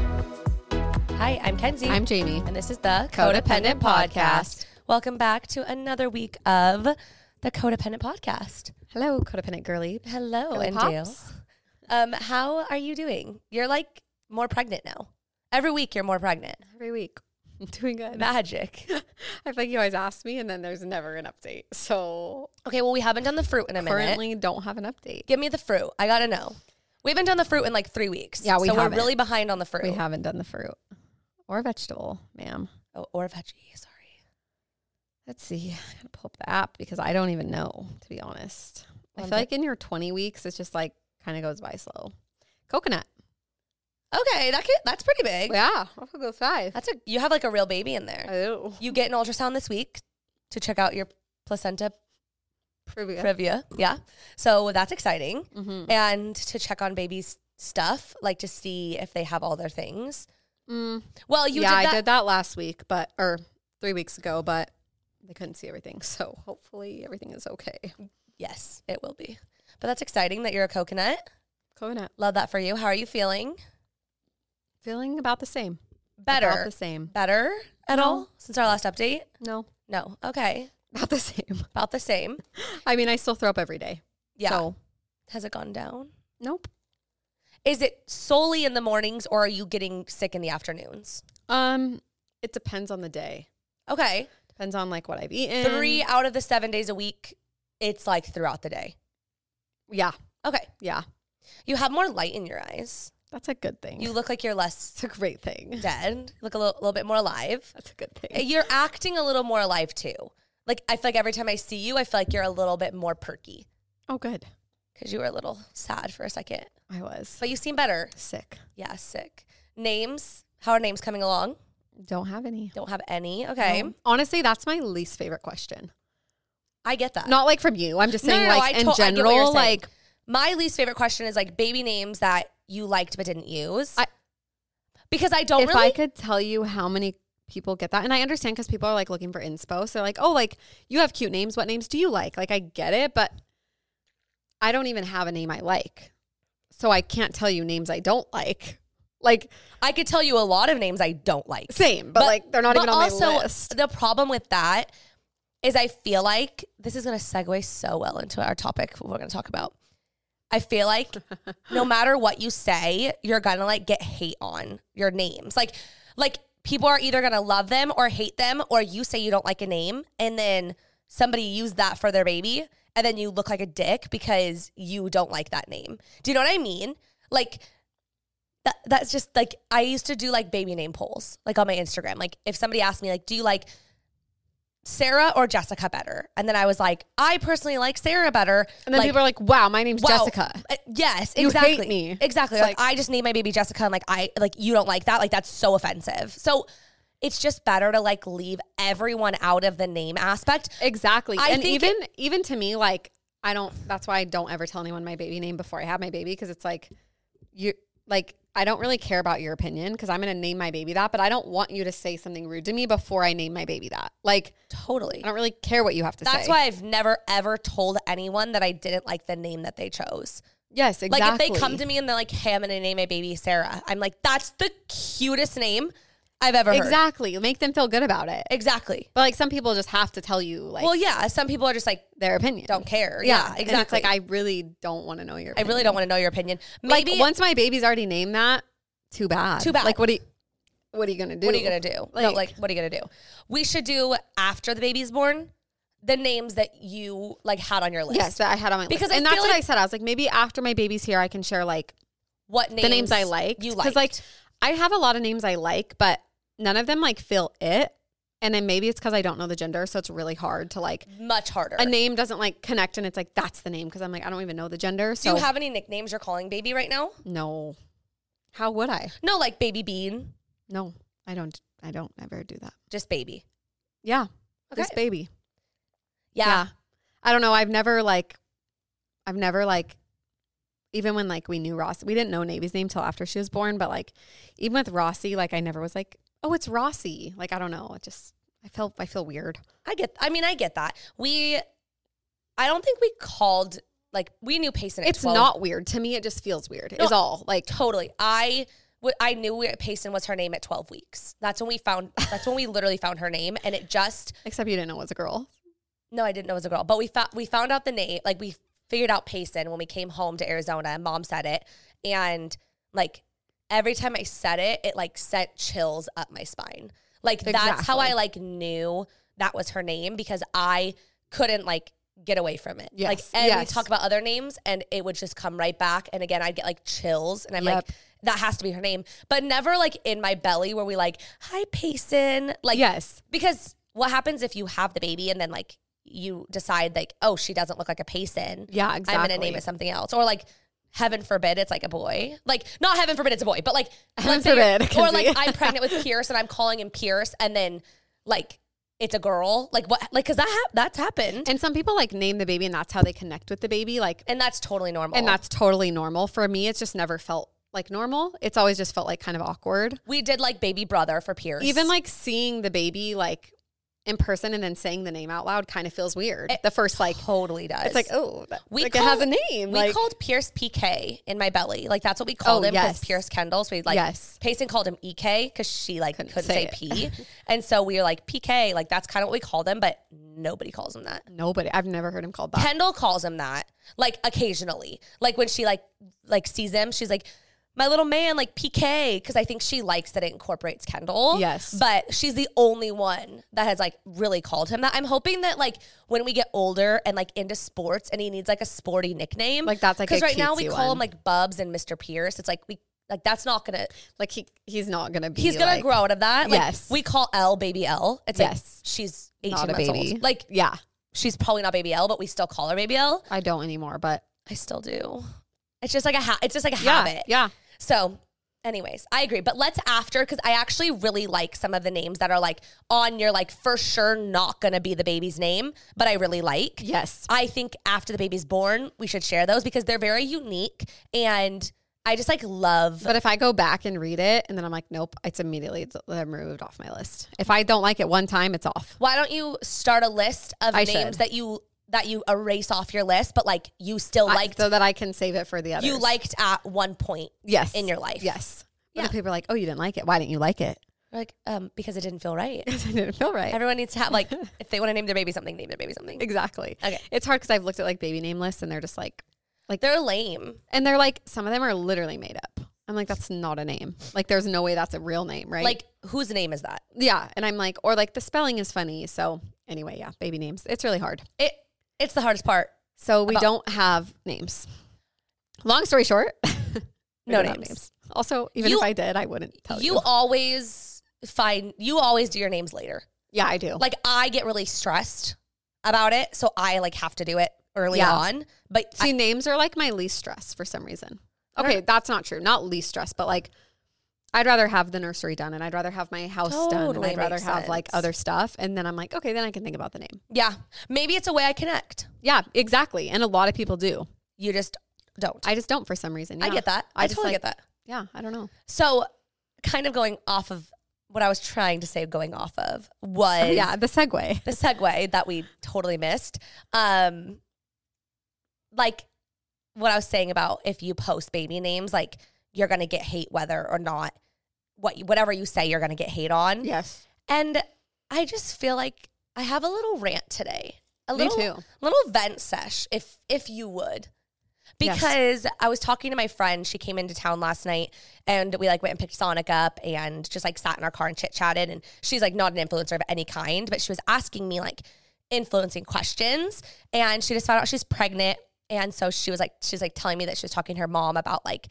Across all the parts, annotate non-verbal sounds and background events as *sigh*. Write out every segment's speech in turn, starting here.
Hi, I'm Kenzie. I'm Jamie. And this is the Codependent Podcast. Welcome back to another week of the Codependent Podcast. Hello, codependent girly. Hello, Girly and pops. Um, how are you doing? You're like more pregnant now. Every week you're more pregnant. Every week, *laughs* I'm doing good. Magic. *laughs* I feel like you always ask me, and then there's never an update. So Okay, well we haven't done the fruit in a minute. currently, don't have an update. Give me the fruit. I gotta know. We haven't done the fruit in like three weeks. Yeah, we so haven't. we're really behind on the fruit. We haven't done the fruit or vegetable, ma'am. Oh, or veggie. Sorry. Let's see. I'm gonna pull up the app because I don't even know, to be honest. I One feel bit. like in your 20 weeks, it's just like kind of goes by slow. Coconut. Okay, that can, that's pretty big. Yeah, I'll go with five. That's a you have like a real baby in there. Oh, You get an ultrasound this week to check out your placenta Privia. Privia. Yeah. So that's exciting. Mhm. And to check on baby's stuff, like to see if they have all their things. Mm. Well, you yeah, did that. I did that last week, but or three weeks ago, but they couldn't see everything. *laughs* So hopefully everything is okay. Yes, it will be. But that's exciting that you're a coconut. Coconut. Love that for you. How are you feeling? Feeling about the same. Better. About the same. Better at No. all since our last update? No, No. Okay. about the same. About the same. *laughs* I mean, I still throw up every day. Yeah. So Has it gone down? nope. Is it solely in the mornings or are you getting sick in the afternoons? Um, it depends on the day. Okay. Depends on like what I've eaten. Three out of the seven days a week, it's like throughout the day. Yeah. Okay. Yeah. You have more light in your eyes. That's a good thing. *laughs* You look like you're less It's a great *laughs* thing. dead. You Look a little, little bit more alive. That's a good thing. You're acting a little more alive too. Like I feel like every time I see you, I feel like you're a little bit more perky Oh, good. because you were a little sad for a second, I was but you seem better. sick. Yeah, sick. Names? How are names coming along? Don't have any. Don't have any. Okay, Um, honestly, that's my least favorite question. I get that. Not like from you. I'm just No, saying, no, no, like I in to- I get what you're general, saying. like My least favorite question is like baby names that you liked but didn't use. I- because I don't if really. I could tell you how many people get that, and I understand because people are like looking for inspo, so they're like, oh, like you have cute names. What names do you like? Like I get it, but I don't even have a name I like, so I can't tell you names I don't like. Like I could tell you a lot of names I don't like. same, but, like they're not but even on my list. The problem with that is I feel like this is going to segue so well into our topic we're going to talk about. I feel *laughs* like no matter what you say, you're going to like get hate on your names. Like like people are either going to love them or hate them or you say you don't like a name and then somebody used that for their baby and then you look like a dick because you don't like that name. Do you know what I mean? Like that that's just like I used to do like baby name polls like on my Instagram. Like if somebody asked me like, do you like Sarah or Jessica better? And then I was like, I personally like Sarah better. And then like, people are like, wow, my name's wow, Jessica. uh, yes, You hate exactly. me. Exactly. It's Like, I just named my baby Jessica and like I like you don't like that. Like that's so offensive. So it's just better to like leave everyone out of the name aspect. Exactly. I and think even even to me, like I don't. That's why I don't ever tell anyone my baby name before I have my baby because it's like you like I don't really care about your opinion because I'm gonna name my baby that, but I don't want you to say something rude to me before I name my baby that. Like Totally. I don't really care what you have to That's say. why I've never ever told anyone that I didn't like the name that they chose. Yes, exactly. Like if they come to me and they're like, "Hey, I'm gonna name my baby Sarah," I'm like, "That's the cutest name I've ever heard. exactly. Make them feel good about it. Exactly. But like some people just have to tell you like well, yeah. Some people are just like their opinion. don't care. Yeah, And exactly. it's like I really don't want to know your. I Opinion. really don't want to know your opinion. like Maybe once my baby's already named that. Too bad. Too bad. Like what do you? What are you gonna do? What are you gonna do? Like, no, like what are you gonna do? We should do after the baby's born the names that you like had on your list. Yes, that I had on my Because list. I and that's feel what like- I said. I was like, maybe after my baby's here, I can share like What names? the names I liked. You Because liked. like I have a lot of names I like, but none of them like feel it. And then maybe it's because I don't know the gender, so it's really hard to like much harder. a name doesn't like connect, and it's like that's the name because I'm like I don't even know the gender. do So you have any nicknames you're calling baby right now? no. How would I? No, like baby bean, No, I don't. I don't ever do that. just baby. Yeah, Okay. this baby. Yeah. I don't know. I've never like, I've never like, even when like we knew Ross, we didn't know Navy's name till after she was born. But like, even with Rossi, like I never was like, oh, it's Rossi. Like I don't know. It just I felt I feel weird. I get. I mean, I get that. We. I don't think we called like we knew Payson. At It's 12. not weird to me. It just feels weird. No. Is all like Totally. I w- I knew we- Payson was her name at 12 weeks. That's when we found that's when we literally found her name and it just except you didn't know it was a girl. no, I didn't know it was a girl, but we found we found out the name like we figured out Payson when we came home to Arizona and mom said it and like every time I said it, it like sent chills up my spine. Like that's how Exactly. I like knew that was her name because I couldn't like get away from it. Like Yes, and we yes. talk about other names and it would just come right back and again I'd get like chills and I'm like Yep. that has to be her name, but never like in my belly where we like, hi Payson. Like, Yes. Because what happens if you have the baby and then like you decide like, oh, she doesn't look like a Payson. Yeah, I'm gonna name exactly. it something else. Or like, heaven forbid it's like a boy. Like, not heaven forbid it's a boy, but like Heaven let's say you're- forbid, Or like Kenzie. *laughs* I'm pregnant with Pierce and I'm calling him Pierce and then like it's a girl. Like what like cause that hap that's happened. And, And some people like name the baby, and that's how they connect with the baby. Like, that's totally normal. and that's totally normal. For me, it's just never felt like normal. It's always just felt like kind of awkward. we did like baby brother for Pierce. even like seeing the baby like in person and then saying the name out loud kind of feels weird. It the first like totally does. it's like oh that- Eh, We like call- it has a name. We like called Pierce PK in my belly. Like that's what we called Oh, him because yes. Pierce Kendall. So we like Yes. Payson called him EK because she like couldn't, Couldn't say, say P. *laughs* and so we were like PK. Like that's kind of what we call them, but nobody calls him that. nobody. I've never heard him called that. Kendall calls him that like occasionally. Like when she like like sees him, she's like. My little man, like PK, because I think she likes that it incorporates Kendall. Yes. But she's the only one that has like really called him that. I'm hoping that like when we get older and like into sports and he needs like a sporty nickname. Like, that's, like, because a right now we cutesy call him one. like Bubs and Mr. Pierce. It's like we like that's not gonna Like he he's not gonna be. he's gonna like, grow out of that. Like Yes. we call L baby L. It's Yes. like she's 18 Not a months baby. old. Like Yeah, she's probably not baby L, but we still call her baby L. I don't anymore. But I still do. It's just like a ha- it's just like a yeah, habit. yeah. So, anyways, I agree. But let's after because I actually really like some of the names that are like on your like for sure not gonna be the baby's name, but I really like. Yes. I think after the baby's born, we should share those because they're very unique and I just like love. But if I go back and read it and then I'm like, nope, it's immediately it's removed off my list. If I don't like it one time, it's off. Why don't you start a list of I names should. that you that you erase off your list, but like you still I- liked so that I can save it for the others. you liked at one point yes in your life. yes. But Yeah. if people are like, oh, you didn't like it. Why didn't you like it? *laughs* like um because it didn't feel *laughs* right. Because I didn't feel right. Everyone needs to have like *laughs* if they want to name their baby something, name their baby something. Exactly. Okay. It's hard because I've looked at like baby name lists and they're just like, They're lame. and they're like, some of them are literally made up. I'm like, that's not a name. Like, there's no way that's a real name, right? Like whose name is that? yeah. And I'm like, or like the spelling is funny. So, anyway, yeah, baby names. It's really hard. It it's the hardest part. So, we About- don't have names. Long story short, *laughs* we No don't have names. Also, even You- if I did, I wouldn't tell you. You always find you always do your names later. yeah, I do. Like I get really stressed about it, so I like have to do it early Yeah. on. But See, names are like my least stress for some reason. Okay, that's not true. Not least stress, but like I'd rather have the nursery done and I'd rather have my house done and Totally I'd rather makes have like sense. other stuff. And then I'm like, okay, then I can think about the name. yeah, maybe it's a way I connect. Yeah, exactly. And a lot of people do. You just don't. I just don't for some reason. I yeah. get that. I, just, totally like- get that. Yeah, I don't know. *laughs* So, kind of going off of what I was trying to say, going off of was Oh, yeah, the segue. the segue that we totally missed. Um, like what I was saying about if you post baby names, like you're gonna get hate whether or not what you- whatever you say, you're gonna get hate on. Yes. And I just feel like I have a little rant today. A Me little too. little vent sesh, if if you would. Yes. Because I was talking to my friend, she came into town last night and we like went and picked Sonic up and just like sat in our car and chit chatted. And she's like not an influencer of any kind, but she was asking me like influencing questions. And she just found out she's pregnant. And so she was like, she's like telling me that she was talking to her mom about like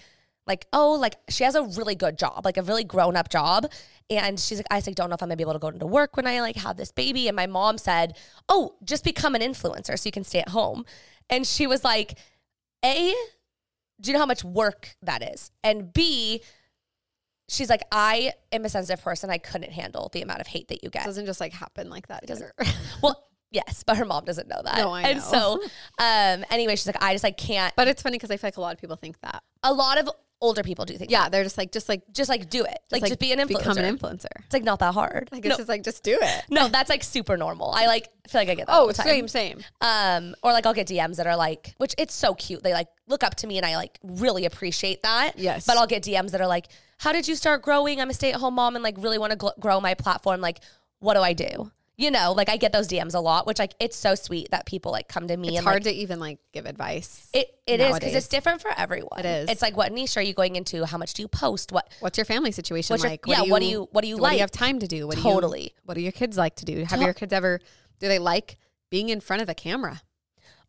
like oh like she has a really good job like a really grown up job and she's like i just, like don't know if i'm gonna be able to go into work when i like have this baby and my mom said oh just become an influencer so you can stay at home and she was like a do you know how much work that is and b she's like i am a sensitive person i couldn't handle the amount of hate that you get doesn't just like happen like that. Doesn't. well yes but her mom doesn't know that No, I and know. so um anyway she's like i just like can't *laughs* but it's funny because I feel like a lot of people think that. a lot of older people do think Yeah, they're just like, just like, just like do it like, just be an influencer Become an influencer. It's like not that hard. Like it's no, just like, just do *laughs* it. no, that's like super normal. I like feel like I get that. all Oh, the time. same, same. Um, or like I'll get DMs that are like, which it's so cute. They like look up to me and I like really appreciate that. Yes. But I'll get DMs that are like, "How did you start growing? I'm a stay at home mom and like really want to gl- grow my platform. Like, what do I do? You know, like I get those DMs a lot, which like it's so sweet that people like come to me. It's and, like, hard to even like give advice. it it is because Nowadays. it's different for everyone. It is. It's like what niche are you going into? How much do you post? What What's your family situation What's your- like? yeah, what do you- what do you What do you have like? time to do? What Do you, Totally. what do your kids like to do? Have To- your kids ever? Do they like being in front of the camera?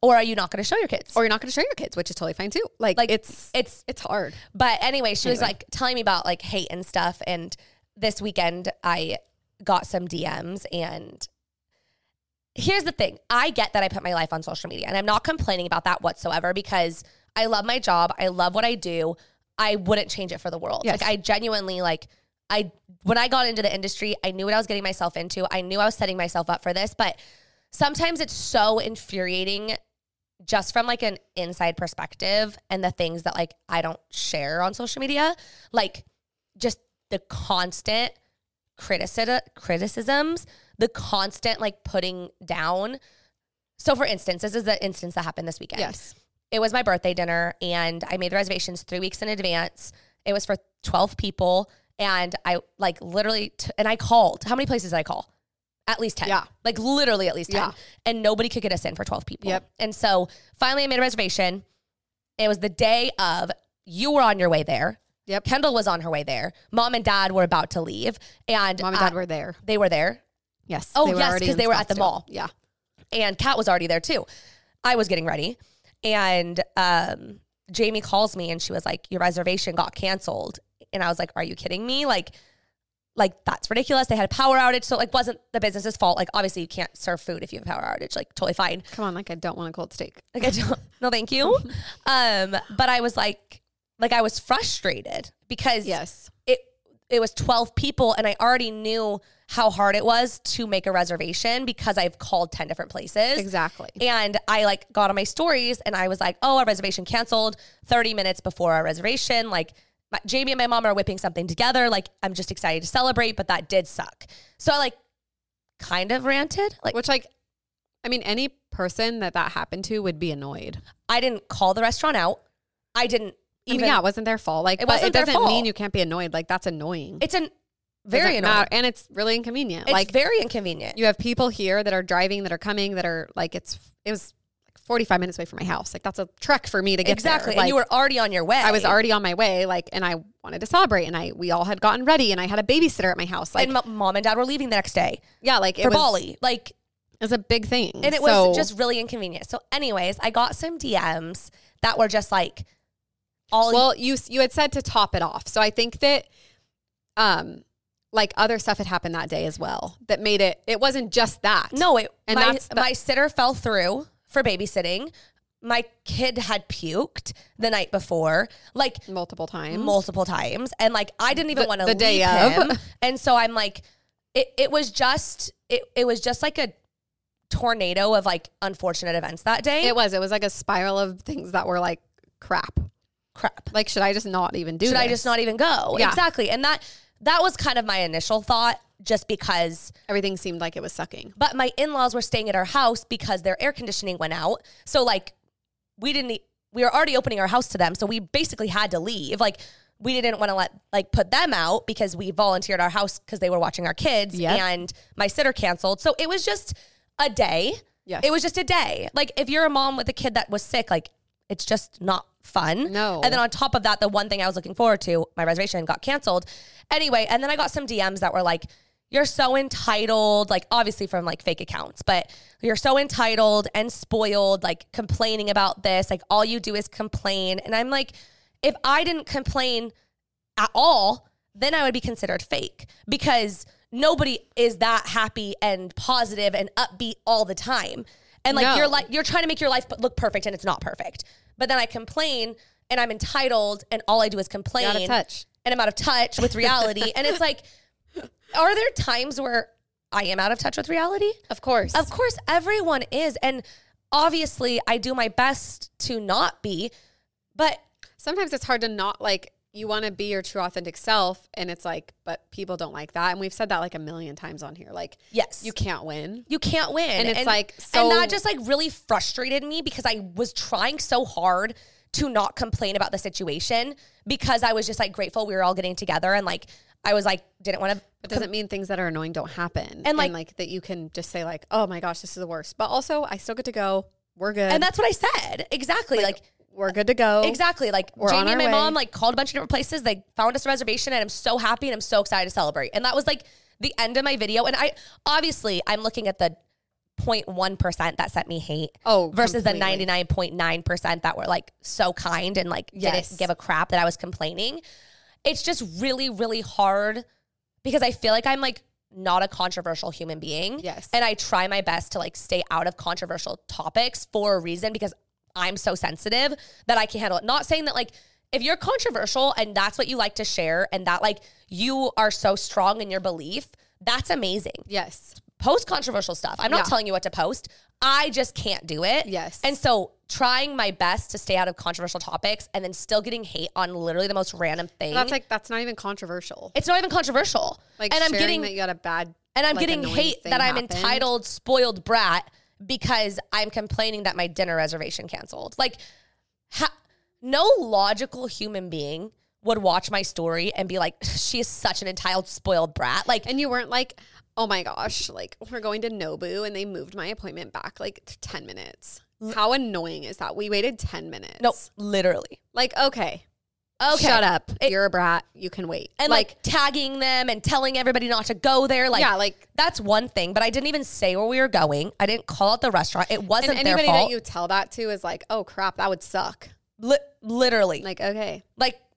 or are you not going to show your kids? Or you're not going to show your kids, which is totally fine too. Like, Like, it's it's- it's hard. But anyway, she was Anyway. like telling me about like hate and stuff. And this weekend, I got some DMs. And here's the thing I get that I put my life on social media, and I'm not complaining about that whatsoever because I love my job. I love what I do. I wouldn't change it for the world. Yes. Like, I genuinely, like, I, when I got into the industry, I knew what I was getting myself into. I knew I was setting myself up for this. But sometimes it's so infuriating just from like an inside perspective and the things that like I don't share on social media, like just the constant criticism criticisms, the constant like putting down. So for instance, this is the instance that happened this weekend. Yes. It was my birthday dinner and I made the reservations 3 weeks in advance. It was for 12 people and I like literally t- and I called. How many places did I call? At least 10. Yeah. Like literally at least 10. Yeah. And nobody could get us in for 12 people. Yep. And so finally I made a reservation. It was the day of you were on your way there. Yep. Kendall was on her way there. Mom and dad were about to leave. And Mom and dad I- were there. they were there. Yes. uh, Oh, they were yes, already 'cause in they were at the Scottsdale. mall. Yeah. and Kat was already there too. I was getting ready, and um, Jamie calls me and she was like, "Your reservation got canceled," and I was like, "Are you kidding me? Like, like that's ridiculous. They had a power outage, so like wasn't the business's fault. Like, obviously you can't serve food if you have a power outage. Like, totally fine. Come on, like I don't want a cold steak. Like, I don't, *laughs* no, thank you. Um, but I was like, like I was frustrated because Yes. it it was 12 people and I already knew how hard it was to make a reservation because I've called 10 different places. Exactly. And I like got on my stories and I was like, "Oh, our reservation canceled 30 minutes before our reservation." Like my, Jamie and my mom are whipping something together. Like I'm just excited to celebrate, but that did suck. So I like kind of ranted. Like Which, like, I mean, any person that that happened to would be annoyed. I didn't call the restaurant out. I didn't I mean, even yeah, it wasn't their fault. Like, It but wasn't it their doesn't fault. mean you can't be annoyed. Like, that's annoying. It's an Doesn't very annoying. matter. and it's really inconvenient. It's like, very inconvenient. you have people here that are driving, that are coming, that are like, it's it was like 45 minutes away from my house. Like, that's a trek for me to get there. exactly. and Like, you were already on your way. I was already on my way. Like, and I wanted to celebrate, and I we all had gotten ready, and I had a babysitter at my house. Like, and mo- mom and dad were leaving the next day yeah, like it for was, Bali. Like, It was a big thing, and it So- was just really inconvenient. So, anyways, I got some DMs that were just like, all well you you had said to top it off so i think that um like other stuff had happened that day as well that made it it wasn't just that no, it, and my, that's the- my sitter fell through for babysitting. My kid had puked the night before. Like, multiple times multiple times and like I didn't even The- want to the leave day of. him and so I'm like it it was just it it was just like a tornado of like unfortunate events that day it was it was like a spiral of things that were like crap crap like should i just not even do should I this? just not even go Yeah. exactly and that that was kind of my initial thought just because everything seemed like it was sucking but my in-laws were staying at our house because their air conditioning went out so like we didn't e- we were already opening our house to them so we basically had to leave like we didn't want to let like put them out because we volunteered our house because they were watching our kids Yep. and my sitter canceled. So it was just a day. Yes. It was just a day. Like if you're a mom with a kid that was sick, like it's just not fun. No. And then on top of that, the one thing I was looking forward to, my reservation got canceled. Anyway, and then I got some DMs that were like, you're so entitled, like obviously from like fake accounts, but you're so entitled and spoiled, like complaining about this. Like all you do is complain. And I'm like, if I didn't complain at all, then I would be considered fake because nobody is that happy and positive and upbeat all the time. And like No. you're like you're trying to make your life look perfect and it's not perfect. But then I complain and I'm entitled and all I do is complain. Out of touch. And I'm out of touch with reality. and it's like, *laughs* are there times where I am out of touch with reality? Of course. Of course, everyone is. And obviously, I do my best to not be, but Sometimes it's hard to not like you want to be your true authentic self and it's like but people don't like that and we've said that like a million times on here like yes. you can't win. you can't win. And it's like, so- and that just like really frustrated me because I was trying so hard to not complain about the situation because I was just like grateful we were all getting together and like I was like didn't want to It doesn't mean things that are annoying don't happen. And, like- that you can just say like, "Oh my gosh, this is the worst." But also, I still get to go. We're good. and that's what I said exactly like, we're good to go. exactly like We're on Jamie and my our mom way. like called a bunch of different places they found us a reservation and I'm so happy and I'm so excited to celebrate and that was like the end of my video and I obviously I'm looking at the 0.1% that sent me hate Oh, versus completely. the 99.9% that were like so kind and like Yes. didn't give a crap that I was complaining. It's just really, really hard because I feel like I'm like not a controversial human being. Yes. And I try my best to like stay out of controversial topics for a reason because I'm so sensitive that I can handle it. Not saying that like if you're controversial and that's what you like to share and that like you are so strong in your belief, that's amazing Yes. post controversial stuff. I'm not Yeah. telling you what to post. I just can't do it. Yes. And so trying my best to stay out of controversial topics and then still getting hate on literally the most random thing. That's like that's not even controversial. it's not even controversial. Like and I'm sharing getting that you got a bad and I'm like, getting annoying hate thing that I'm happened. entitled spoiled brat because I'm complaining that my dinner reservation canceled. Like ha- no logical human being would watch my story and be like she is such an entitled spoiled brat. Like And you weren't like, "Oh my gosh, like we're going to Nobu and they moved my appointment back like t- 10 minutes." How annoying is that? We waited 10 minutes. no, literally. Like, okay. Okay. Shut up. It- You're a brat. You can wait. and like, tagging them and telling everybody not to go there. Like, Yeah, like- that's one thing. But I didn't even say where we were going. I didn't call out the restaurant. It wasn't and their anybody fault. that you tell that to is like, "Oh crap, that would suck." Li- literally, like, Like, okay.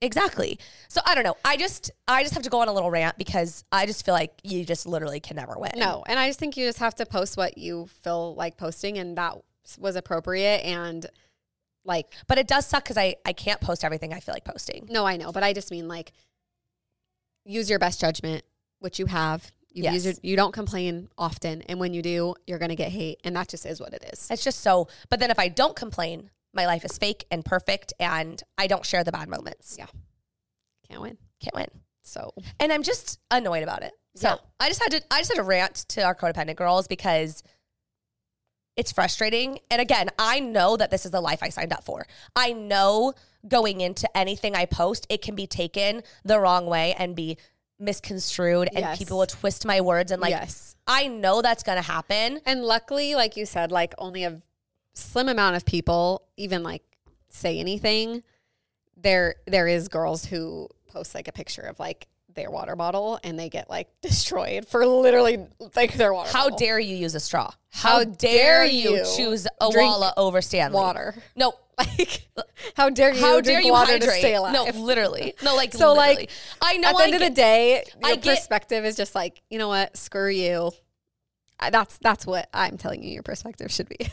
exactly. So I don't know. I just, I just have to go on a little rant because I just feel like you just literally can never win. No, and I just think you just have to post what you feel like posting, and that was appropriate. And like, but it does suck because I, I can't post everything I feel like posting. no, I know, but I just mean like, use your best judgment, which you have. You Yes. use your, you don't complain often, and when you do, you're gonna get hate, and that just is what it is. It's just so. But then if I don't complain, my life is fake and perfect, and I don't share the bad moments. Yeah, can't win. Can't win. So and I'm just annoyed about it. So Yeah. I just had to I just had to rant to our codependent girls because it's frustrating. And again, I know that this is the life I signed up for. I know going into anything I post, it can be taken the wrong way and be misconstrued and Yes. people will twist my words and like yes, I know that's gonna happen. and luckily, like you said, like only a slim amount of people even like say anything. There, there is girls who post like a picture of like their water bottle, and they get like destroyed for literally like their water. How bottle. dare you use a straw? How How, dare, dare you, you choose drink Awala over Stanley? water? No, *laughs* Like, how dare you? How drink dare you water hydrate? to stay alive? No, *laughs* literally. No, like So, like, literally. I know. At the I end of the get- day, your I get- perspective is just like you know what? Screw you. I- That's that's what I'm telling you. Your perspective should be *laughs*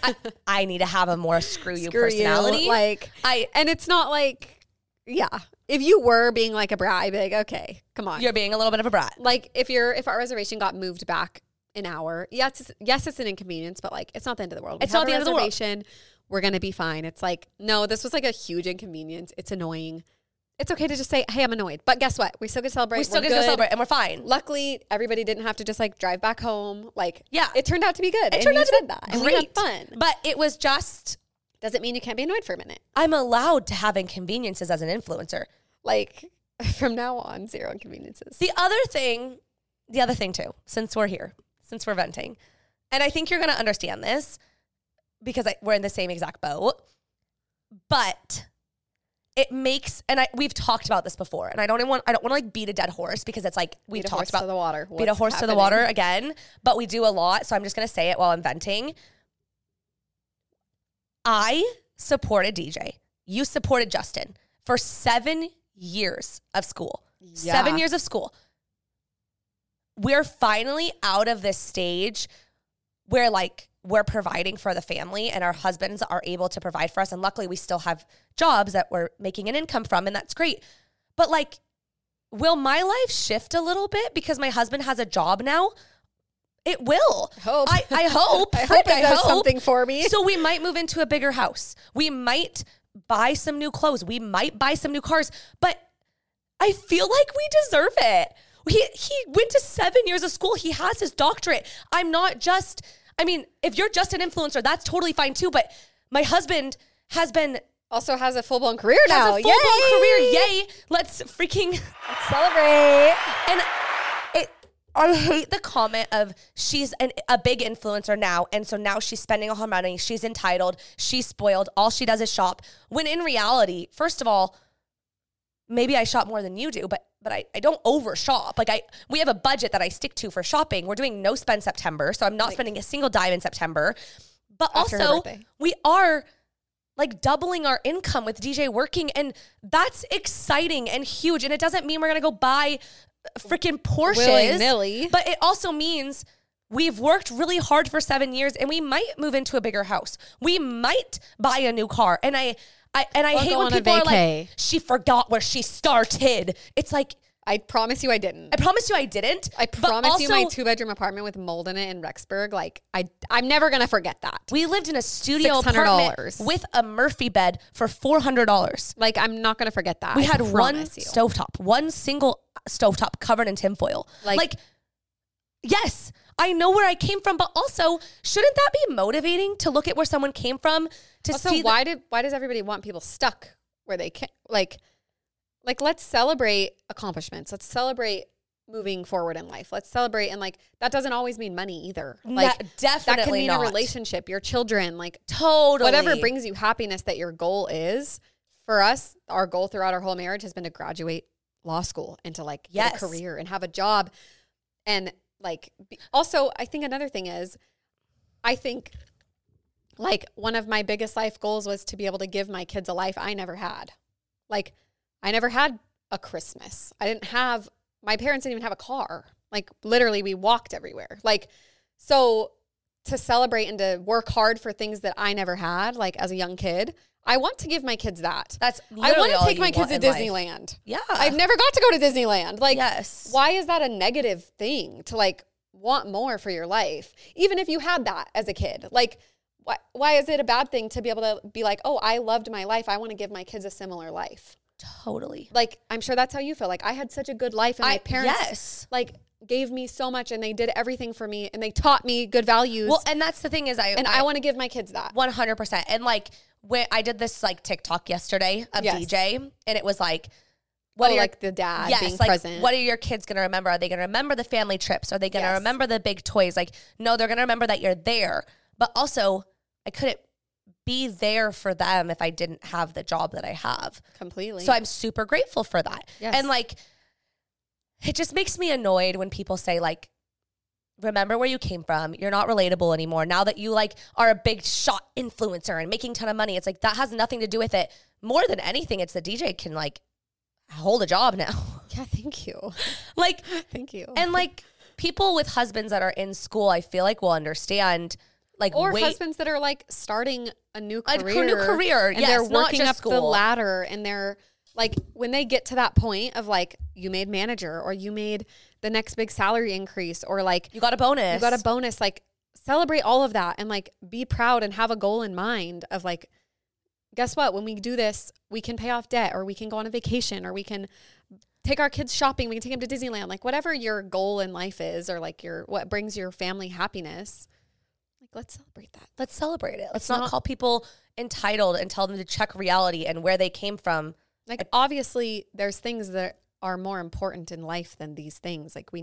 I need to have a more screw you screw personality. you. Like I, And it's not like, yeah. If you were being like a brat, I'd be like, okay, come on. you're being a little bit of a brat. like if you're if our reservation got moved back an hour, yes, it's, yes, it's an inconvenience, but like it's not the end of the world. We It's have not a the end of the world. reservation. We're gonna be fine. It's like no, this was like a huge inconvenience. It's annoying. It's okay to just say, hey, I'm annoyed, but guess what? We still get to celebrate. We still We're get to good. celebrate, and we're fine. Luckily, everybody didn't have to just like drive back home. Like Yeah. it turned out to be It good. and turned you out to be said that, great, and we had fun. but it was just Doesn't mean you can't be annoyed for a minute. I'm allowed to have inconveniences as an influencer. Like *laughs* From now on, zero inconveniences. The other thing, the other thing too, since we're here, since we're venting, and I think you're going to understand this because I, we're in the same exact boat, but it makes and I we've talked about this before, and I don't even want I don't want to like beat a dead horse because it's like we've Beat a talked horse about to the water. beat a What's horse to the happening? water again, but we do a lot, so I'm just going to say it while I'm venting. I supported DJ. You supported Justin for seven years of school. Seven Yeah. years of school. We're finally out of this stage where like we're providing for the family and our husbands are able to provide for us. And luckily we still have jobs that we're making an income from, and that's great. But like, will my life shift a little bit because my husband has a job now? It will. Hope. I, *laughs* I hope. I hope Frick, it does something for me. So we might move into a bigger house. We might buy some new clothes. We might buy some new cars. But I feel like we deserve it. He he went to seven years of school. He has his doctorate. I'm not just. I mean, if you're just an influencer, that's totally fine too. But my husband has been Also has a full blown career has now. a full blown career. Yay! Let's freaking Celebrate. and it. I hate the comment of she's an, a big influencer now, and so now she's spending all her money. She's entitled. She's spoiled. All she does is shop. When in reality, first of all, maybe I shop more than you do, but but I, I don't over shop. Like I we have a budget that I stick to for shopping. We're doing no spend September, so I'm not spending a single dime in September. But After her also birthday. we are like doubling our income with DJ working and that's exciting and huge. And it doesn't mean we're gonna go buy freaking Porsches. Willy-nilly. But it also means we've worked really hard for seven years and we might move into a bigger house. We might buy a new car. And I I, and I Or hate go when on a people are like, vacay. she forgot where she started. It's like, I promise you I didn't. I promise you I didn't. I but promise you my also, two bedroom apartment with mold in it in Rexburg. Like I I'm never gonna forget that. We lived in a studio apartment $600. with a Murphy bed for four hundred dollars. Like I'm not gonna forget that. We I had one promise you. stovetop, one single stovetop covered in tinfoil. Like- like, yes, I know where I came from, but also shouldn't that be motivating to look at where someone came from to also, see the- why did why does everybody want people stuck where they can like like let's celebrate accomplishments. Let's celebrate moving forward in life. Let's celebrate and like that doesn't always mean money either. Na- Like that can definitely mean not. a relationship, your children, like totally whatever brings you happiness that your goal is. For us, our goal throughout our whole marriage has been to graduate law school and to like Yes. get a career and have a job. And like, be- also, I think another thing is, I think like one of my biggest life goals was to be able to give my kids a life I never had. Like, I never had a Christmas. I didn't have, my parents didn't even have a car. Like, literally, we walked everywhere. Like, so to celebrate and to work hard for things that I never had, like as a young kid, I want to give my kids that. That's I literally want all to take you my kids want to in life. Disneyland. Yeah, I've never got to go to Disneyland. Like, Yes. why is that a negative thing to like want more for your life, even if you had that as a kid? Like, why, why is it a bad thing to be able to be like, oh, I loved my life. I want to give my kids a similar life? totally. Like, I'm sure that's how you feel. Like, I had such a good life, and my I- parents, yes. like, gave me so much, and they did everything for me, and they taught me good values. Well, and that's the thing is I and I, want to give my kids that. one hundred percent and like when I did this like TikTok yesterday of Yes. DJ and it was like What are your- like the dad being like, present? What are your kids going to remember? Are they going to remember the family trips? Are they going to Yes. remember the big toys? Like, no, they're going to remember that you're there. But also, I couldn't be there for them if I didn't have the job that I have. completely? So I'm super grateful for that. Yes. And like, it just makes me annoyed when people say, like, remember where you came from. You're not relatable anymore. Now that you like are a big shot influencer and making a ton of money, it's like that has nothing to do with it. More than anything, it's the DJ can like hold a job now. *laughs* yeah, thank you, like thank you. and like people with husbands that are in school i feel like will understand like or wait husbands that are like starting a new A career, cr- new career, and yes, they're not working just up the school. ladder, and they're like when they get to that point of like you made manager or you made the next big salary increase or like you got a bonus you got a bonus, like celebrate all of that and like be proud and have a goal in mind of like guess what when we do this we can pay off debt or we can go on a vacation or we can take our kids shopping we can take them to disneyland like whatever your goal in life is or like your what brings your family happiness like let's celebrate that let's celebrate it let's It's not, not- call people entitled and tell them to check reality and where they came from Like obviously there's things that are more important in life than these things. Like we,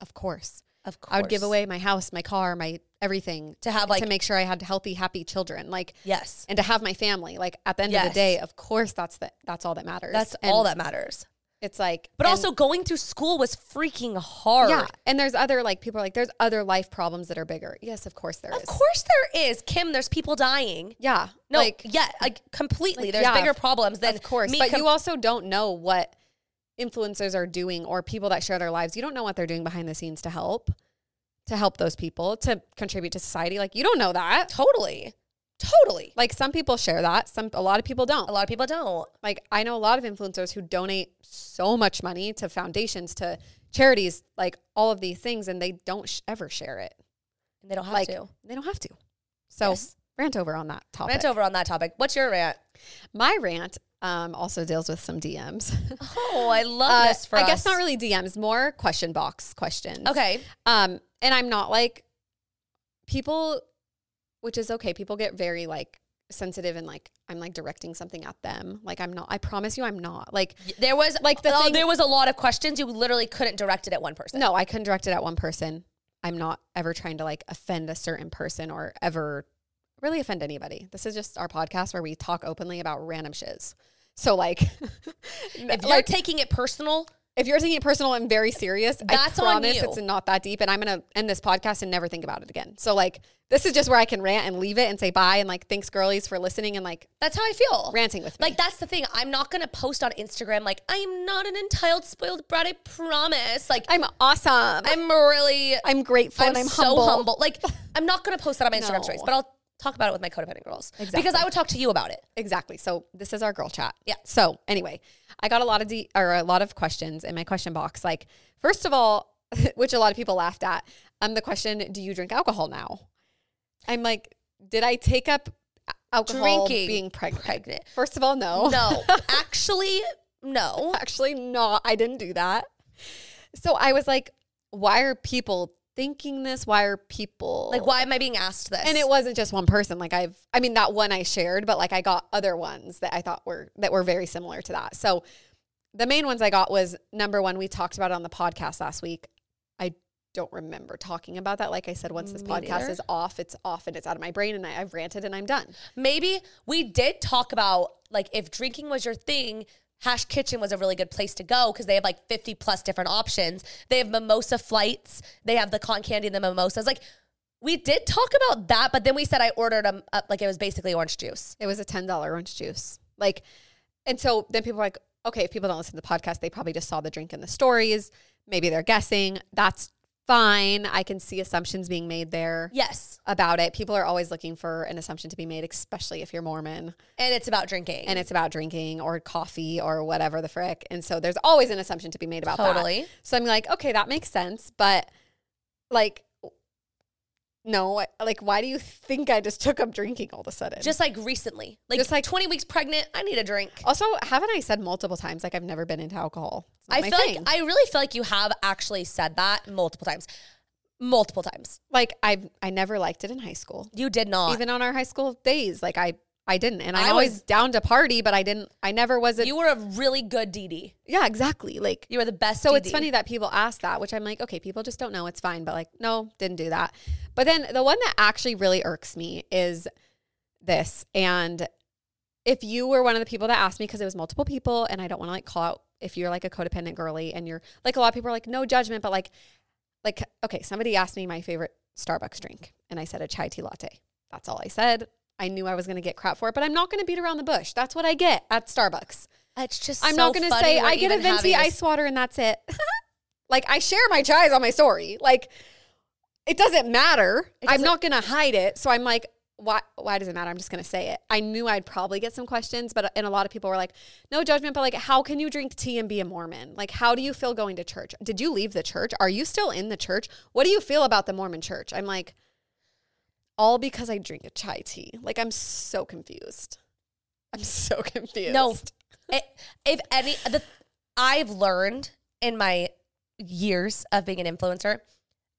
of course, Of course. I would give away my house, my car, my everything To have, like- to make sure I had healthy, happy children. Like Yes. and to have my family. Like at the end of Yes. the day, of course, that's the that's all that matters. That's And all that matters. It's like, But and- also going through school was freaking hard. yeah. And there's other like people are like, there's other life problems that are bigger. Yes, of course there is. Of course there is. Kim, there's people dying. Yeah. No, like, yeah, like completely. like, there's yeah, bigger of- problems than of course. me But com- you also don't know what influencers are doing or people that share their lives. You don't know what they're doing behind the scenes to help, to help those people, to contribute to society. Like you don't know that. totally, totally. Like some people share that. Some a lot of people don't. A lot of people don't. Like I know a lot of influencers who donate so much money to foundations, to charities, like all of these things, and they don't sh- ever share it. They don't have like to. they don't have to. So Yes. rant over on that topic. Rant over on that topic. What's your rant? My rant um, also deals with some *laughs* DMs. Oh, I *laughs* love Uh, this for I us. guess not really DMs, more question box questions. Okay. Um, and I'm not like people, which is okay. People get very like sensitive and like I'm like directing something at them. Like I'm not. I promise you, I'm not. Like There was Like the oh, thing- there was a lot of questions. You literally couldn't direct it at one person. no, I couldn't direct it at one person. I'm not ever trying to like offend a certain person or ever really offend anybody. This is just our podcast where we talk openly about random shiz. So *laughs* like, If you're like taking it personal, if you're taking it personal and very serious, That's I on promise you. it's not that deep. And I'm gonna end this podcast and never think about it again. So like, this is just where I can rant and leave it and say bye and like thanks girlies for listening and like that's how I feel. ranting with me. Like that's the thing. I'm not gonna post on Instagram like I am not an entitled spoiled brat. I promise. Like I'm awesome. I'm, I'm really grateful and I'm so humble. humble. Like *laughs* I'm not gonna post that on my Instagram No. stories, but I'll talk about it with my codependent girls because Exactly. I would talk to you about *laughs* it. Exactly. So this is our girl chat. Yeah. So anyway, I got a lot of de- or a lot of questions in my question box. Like first of all, *laughs* which a lot of people laughed at, um, the question, "Do you drink alcohol now?" I'm like, did I take up a- alcohol Drinking. being pregnant? Pregnant. First of all, no, *laughs* No, actually, no. actually not. I didn't do that. So I was like, why are people thinking this? Why are people Like why am I being asked this? and it wasn't just one person like i've i mean that one i shared but like i got other ones that i thought were that were very similar to that so the main ones i got was number one we talked about it on the podcast last week i don't remember talking about that like i said once this Me podcast neither. is off it's off and it's out of my brain and I, i've ranted and i'm done maybe we did talk about like if drinking was your thing hash kitchen was a really good place to go because they have like 50 plus different options they have mimosa flights they have the con candy and the mimosas like we did talk about that but then we said i ordered them up like it was basically orange juice it was a $10 orange juice like and so then people are like okay if people don't listen to the podcast they probably just saw the drink in the stories maybe they're guessing that's fine i can see assumptions being made there yes about it. People are always looking for an assumption to be made, especially if you're Mormon and it's about drinking and it's about drinking or coffee or whatever the frick. And so there's always an assumption to be made about that. Totally. So I'm like, okay, that makes sense, but like, no, like, why do you think I just *laughs* took up drinking all of a sudden? just like recently like Just, like- Oh, 20 weeks pregnant i need a drink also, haven't I said multiple times like I've never been into alcohol? It's not i my feel thing. like i really feel like you have actually said that multiple times multiple times like I've I never liked it in high school, you did not even on our high school days. Like I I didn't, and I'm I always was- down to party, but I didn't. I never was a you were a really good dd yeah, exactly. Like you were the best So it's DD. funny that people ask that, which I'm like, okay, people just don't know. It's fine. But like, no, didn't do that. But then the one that actually really irks me is this. And if you were one of the people that asked me, because it was multiple people, and I don't want to like call out if you're like a codependent girly and you're like, a lot of people are like, no judgment, but like, like, okay, somebody asked me my favorite Starbucks drink, and I said a chai tea latte. That's all I said. I knew I was going to get crap for it, but I'm not going to beat around the bush. That's what I get at Starbucks. It's just I'm so not going to funny say we're I get a even venti having this- ice water and that's it. *laughs* like I share my chais on my story. Like it doesn't matter. It I'm not going to hide it. So I'm like, why? Why does it matter? I'm just going to say it. I knew I'd probably get some questions, but uh, and a lot of people were like, no judgment, but like, how can you drink tea and be a Mormon? Like, how do you feel going to church? Did you leave the church? Are you still in the church? What do you feel about the Mormon church? I'm like, all because I drink a chai tea. Like I'm so confused. I'm so *laughs* confused. No, it, if any, the I've learned in my years of being an influencer,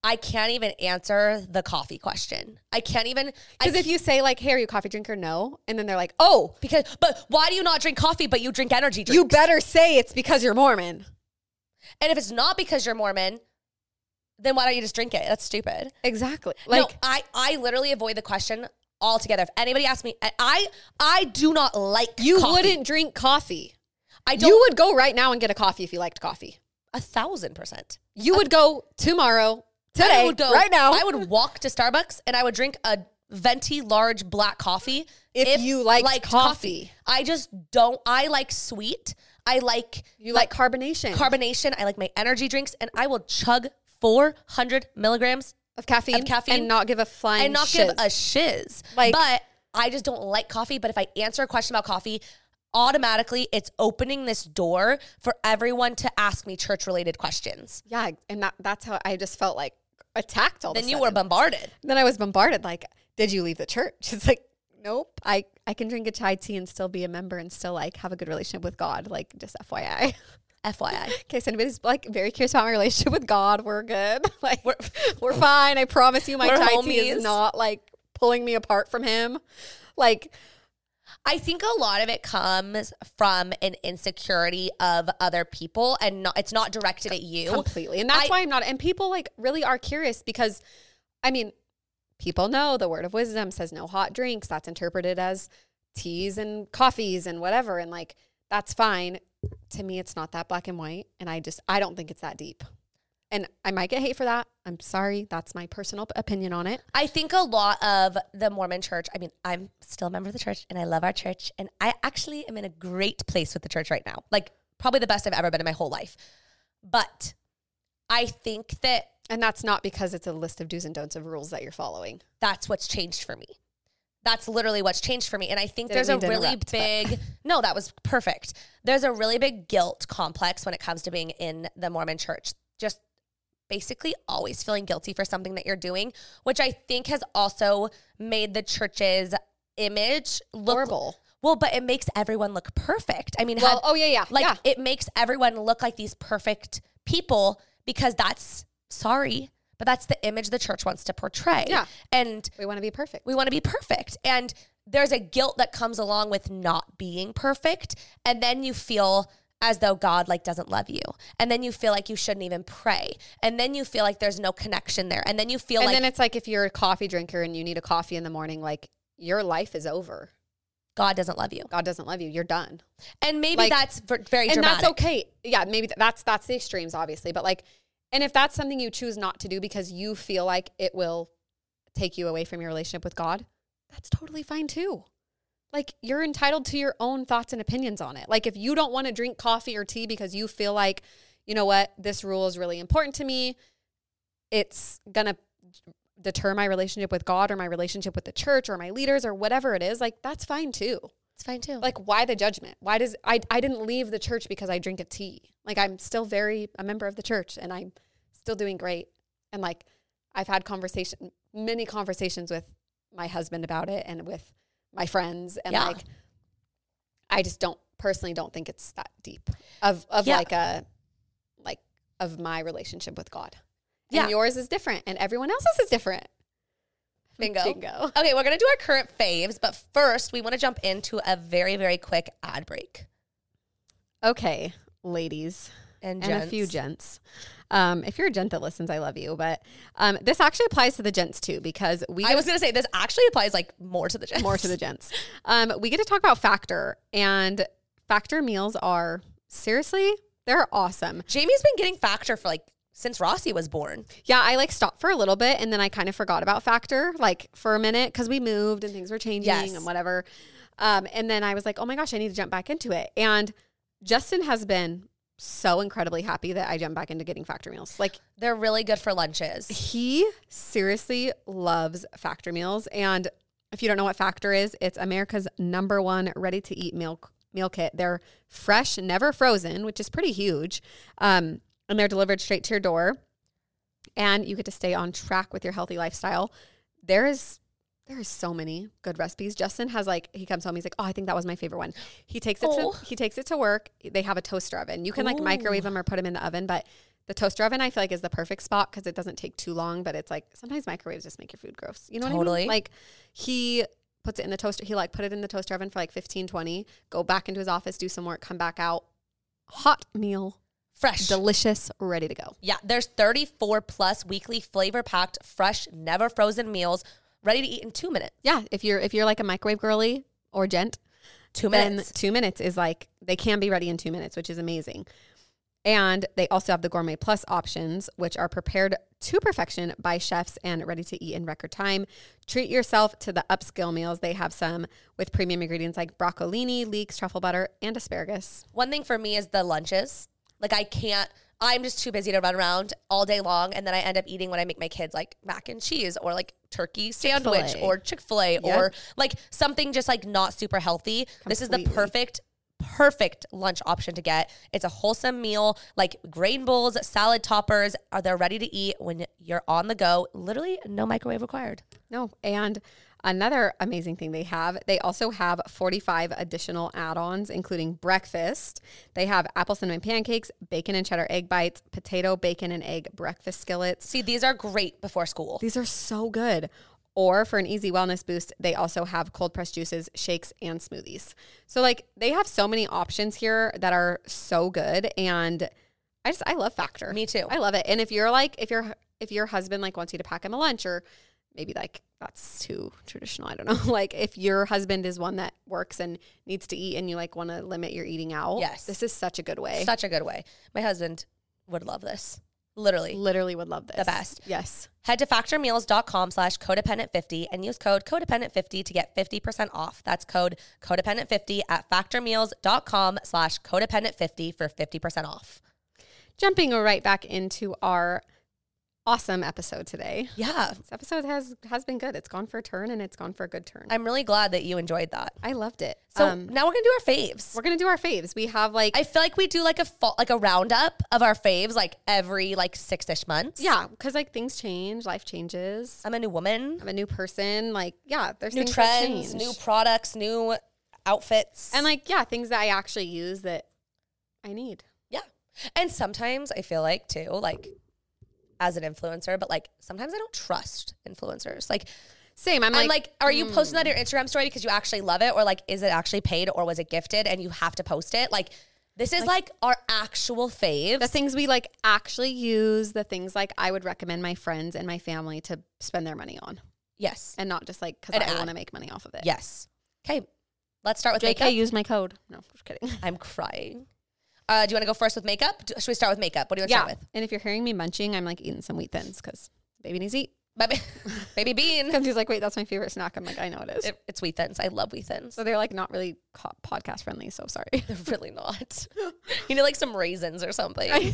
I can't even answer the coffee question. I can't even Because if you say like, "Hey, are you a coffee drinker?" No, and then they're like, "Oh, because but why do you not drink coffee but you drink energy drinks? you better say it's because you're Mormon." And if it's not because you're Mormon, then why don't you just drink it? That's stupid. Exactly. Like Like, I, I literally avoid the question altogether. If anybody asks me, I- I, I do not like you coffee. wouldn't drink coffee. I don't. You would go right now and get a coffee if you liked coffee. a thousand percent. You would go tomorrow, today, I would go, right now. I would walk to Starbucks and I would drink a venti large black coffee If you liked coffee. I just don't. I like sweet. I like You like carbonation carbonation. I like my energy drinks, and I will chug four hundred milligrams of caffeine, of caffeine and not give a flying and not give shiz. a shiz. Like- but I just don't like coffee. But if I answer a question about coffee. Automatically, it's opening this door for everyone to ask me church related questions. yeah, and that, that's how I just felt like attacked all. of Then a you were sudden. bombarded. Then I was bombarded. Like, did you leave the church? *laughs* It's like, nope. I I can drink a chai tea and still be a member and still like have a good relationship with God. Like, just *laughs* FYI. FYI. In case anybody's like very curious about my relationship with God, we're good. *laughs* Like we're, we're fine. I promise you, my We're chai tea homies. is not like pulling me apart from Him. Like I think a lot of it comes from an insecurity of other people, and not, it's not directed at you. completely, and that's I- why I'm not. And people like really are curious because, I mean, people know the word of wisdom says no hot drinks. That's interpreted as teas and coffees and whatever, and like that's fine. To me, it's not that black and white, and I just I don't think it's that deep. And I might get hate for that. I'm sorry. That's my personal opinion on it. I think a lot of the Mormon church. I mean, I'm still a member of the church, and I love our church, and I actually am in a great place with the church right now. Like probably the best I've ever been in my whole life. But I think that And that's not because it's a list of do's and don'ts of rules that you're following. that's what's changed for me. That's literally what's changed for me. And I think Didn't mean there's a to really interrupt, *laughs* but- big, no, that was perfect. There's a really big guilt complex when it comes to being in the Mormon church. Just basically always feeling guilty for something that you're doing, which I think has also made the church's image look Horrible. Well, but it makes everyone look perfect. I mean, Well, had- oh yeah, yeah, like yeah. it makes everyone look like these perfect people because that's sorry, but that's the image the church wants to portray. Yeah. And We want to be perfect. we want to be perfect. And there's a guilt that comes along with not being perfect. And then you feel as though God like doesn't love you. And then you feel like you shouldn't even pray. And then you feel like there's no connection there. And then you feel and like then it's like if you're a coffee drinker and you need a coffee in the morning, like your life is over. God doesn't love you. God doesn't love you. You're done. And maybe Like- that's ver- very and dramatic. that's okay. Yeah, maybe th- that's that's the extremes, obviously. But like, and if that's something you choose not to do because you feel like it will take you away from your relationship with God, that's totally fine too. Like you're entitled to your own thoughts and opinions on it. Like if you don't want to drink coffee or tea because you feel like, you know what, this rule is really important to me, it's gonna deter my relationship with God or my relationship with the church or my leaders or whatever it is, like that's fine too It's fine too. like why the judgment why does i i didn't leave the church because i drink a tea like i'm still very a member of the church and i'm still doing great and like i've had conversation many conversations with my husband about it and with my friends and Yeah. like i just don't personally don't think it's that deep of of Yeah. like a like of my relationship with god and Yeah. yours is different and everyone else's is different Bingo. bingo Okay, we're going to do our current faves, but first we want to jump into a very, very quick ad break. okay ladies And, and a few gents. gents. Um, if you're a gent that listens, I love you, but um, this actually applies to the gents too because we I was going to say this actually applies like more to the gents. *laughs* more *laughs* to the gents. Um, we get to talk about Factor, and Factor meals are seriously they're awesome. Jamie's been getting Factor for like since Rossi was born. Yeah, I like stopped for a little bit and then I kind of forgot about Factor like for a minute because we moved and things were changing Yes. and whatever. Um, and then I was like, oh my gosh, I need to jump back into it. And Justin has been so incredibly happy that I jumped back into getting Factor meals. Like They're really good for lunches. He seriously loves Factor meals. And if you don't know what Factor is, it's America's number one ready to eat meal meal kit. They're fresh, never frozen, which is pretty huge. Um, and they're delivered straight to your door. And you get to stay on track with your healthy lifestyle. There is there is so many good recipes. Justin has like he comes home, he's like, oh, I think that was my favorite one. He takes it Oh. to he takes it to work. They have a toaster oven. You can like Ooh. microwave them or put them in the oven, but the toaster oven I feel like is the perfect spot because it doesn't take too long. But it's like sometimes microwaves just make your food gross. You know what I Totally. mean? Like he puts it in the toaster. He like put it in the toaster oven for like 15, 20, go back into his office, do some work, come back out. Hot meal Fresh. delicious, ready to go. Yeah, there's 34 plus weekly flavor packed, fresh, never frozen meals ready to eat in two minutes. Yeah, if you're if you're like a microwave girly or gent, Two then minutes. two minutes is like they can be ready in two minutes, which is amazing. And they also have the Gourmet Plus options, which are prepared to perfection by chefs and ready to eat in record time. Treat yourself to the upscale meals. They have some with premium ingredients like broccolini, leeks, truffle butter, and asparagus. One thing for me is the lunches. Like I can't. I'm just too busy to run around all day long, and then I end up eating when I make my kids like mac and cheese or like turkey sandwich Chick-fil-A. or Chick Fil A Yeah. or like something just like not super healthy. This is the Completely. perfect. Perfect lunch option to get. It's a wholesome meal, like grain bowls, salad toppers. Are they ready to eat when you're on the go? Literally, no microwave required. No. And another amazing thing they have, they also have 45 additional add ons, including breakfast. They have apple cinnamon pancakes, bacon and cheddar egg bites, potato, bacon, and egg breakfast skillets. See, these are great before school. These are so good. Or for an easy wellness boost, they also have cold pressed juices, shakes, and smoothies. So, like, they have so many options here that are so good. And I just, I love Factor. Me too. I love it. And if you're like, if your if your husband like wants you to pack him a lunch, or maybe like that's too traditional, I don't know. *laughs* Like if your husband is one that works and needs to eat, and you like want to limit your eating out, Yes. this is such a good way. Such a good way. My husband would love this. Literally. Literally would love this. The best. Yes. Head to factormeals.com slash codependent50 and use code codependent50 to get 50% off. That's code codependent50 at factormeals.com slash codependent50 for 50% off. Jumping right back into our awesome episode today. Yeah. This episode has has been good. It's gone for a turn and it's gone for a good turn. I, I'm really glad that you enjoyed that. loved it. So um, now we're going to do our faves. we're gonna do our faves. We have like I feel like we do like a fall, like a roundup of our faves like every like six-ish months. yeah, because like things change, life changes. I'm a new woman. I'm a new person. Like yeah, there's New things that trends, change. new products, new outfits. and like yeah, things that I actually use that I need. Yeah. And sometimes I feel like too, like as an influencer, but like sometimes I don't trust influencers. Like Same. I'm, I'm, like, hmm. like, are you posting that on your Instagram story because you actually love it? Or like is it actually paid or was it gifted and you have to post it? Like this is like, our actual faves. the things we like actually use. The things like I would recommend my friends and my family to spend their money on, yes. and not just like because An I ad. want to make money off of it. Yes. Okay. Let's start with Jake, I makeup. use my code. No, just *laughs* kidding. I'm crying. Uh, do you want to go first with makeup? Do- should we start with makeup? What do you want to Yeah. start with? And if you're hearing me munching, I'm like eating some wheat thins because baby needs to eat. *laughs* Baby, baby *laughs* bean. Because he's like, wait, that's my favorite snack. I'm like, I know it is. It- it's Wheat Thins. I love Wheat Thins. so they're like not really co- podcast friendly. So sorry. *laughs* *laughs* They're really not. you need like some raisins or something. I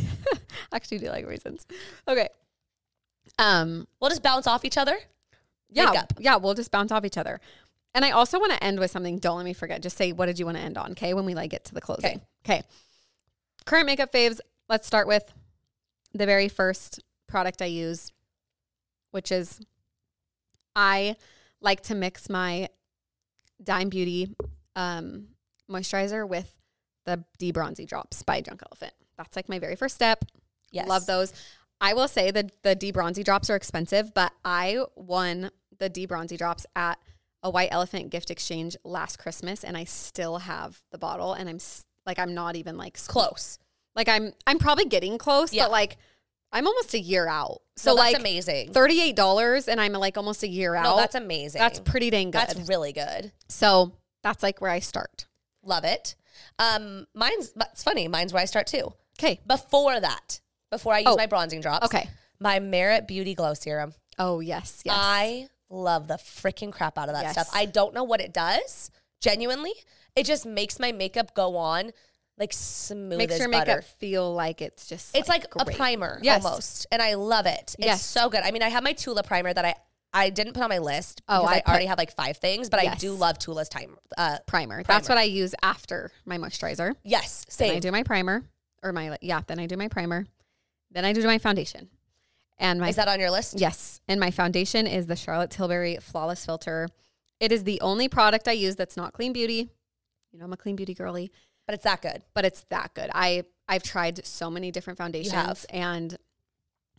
actually do like raisins. Okay. Um. We'll just bounce off each other. Yeah. Makeup. Yeah. We'll just bounce off each other. And I also want to end with something. Don't let me forget. Just say what did you want to end on? Okay. When we like get to the closing. Okay. Current makeup faves. Let's start with the very first product I use, which is I like to mix my Dime Beauty um, moisturizer with the De Bronzy Drops by Drunk Elephant. That's like my very first step. Yes. Love those. I will say that the De Bronzy Drops are expensive, but I won the De Bronzy Drops at a White Elephant gift exchange last Christmas, and I still have the bottle, and I'm s- like, I'm not even like squeak- Close. Like I'm, I'm probably getting close, Yeah. but like, I'm almost a year out. So So that's like, amazing. thirty-eight dollars, and I'm like almost a year out. no, that's amazing. That's pretty dang good. That's really good. so that's like where I start. Love it. Um, mine's that's funny. Mine's where I start too. Okay. Before that, before I use Oh. my bronzing drops, Okay. my Merit Beauty Glow Serum. Oh yes, yes. I love the freaking crap out of that Yes. stuff. I don't know what it does. Genuinely, it just makes my makeup go on like smooth Makes as your butter. makeup feel like it's just. It's like, great. a primer Yes. almost, and I love it. It's Yes. so good. I mean, I have my Tula primer that I I didn't put on my list Oh, because I, I put- already have like five things, but I Yes. do love Tula's time. Uh, primer. That's what I use after my moisturizer. yes, Then I same. do my primer or my like, yeah. Then I do my primer. Then I do my foundation. And my Is that on your list? yes, and my foundation is the Charlotte Tilbury Flawless Filter. It is the only product I use that's not Clean Beauty. You know I'm a Clean Beauty girly, But it's that good. but it's that good. I I've tried so many different foundations, and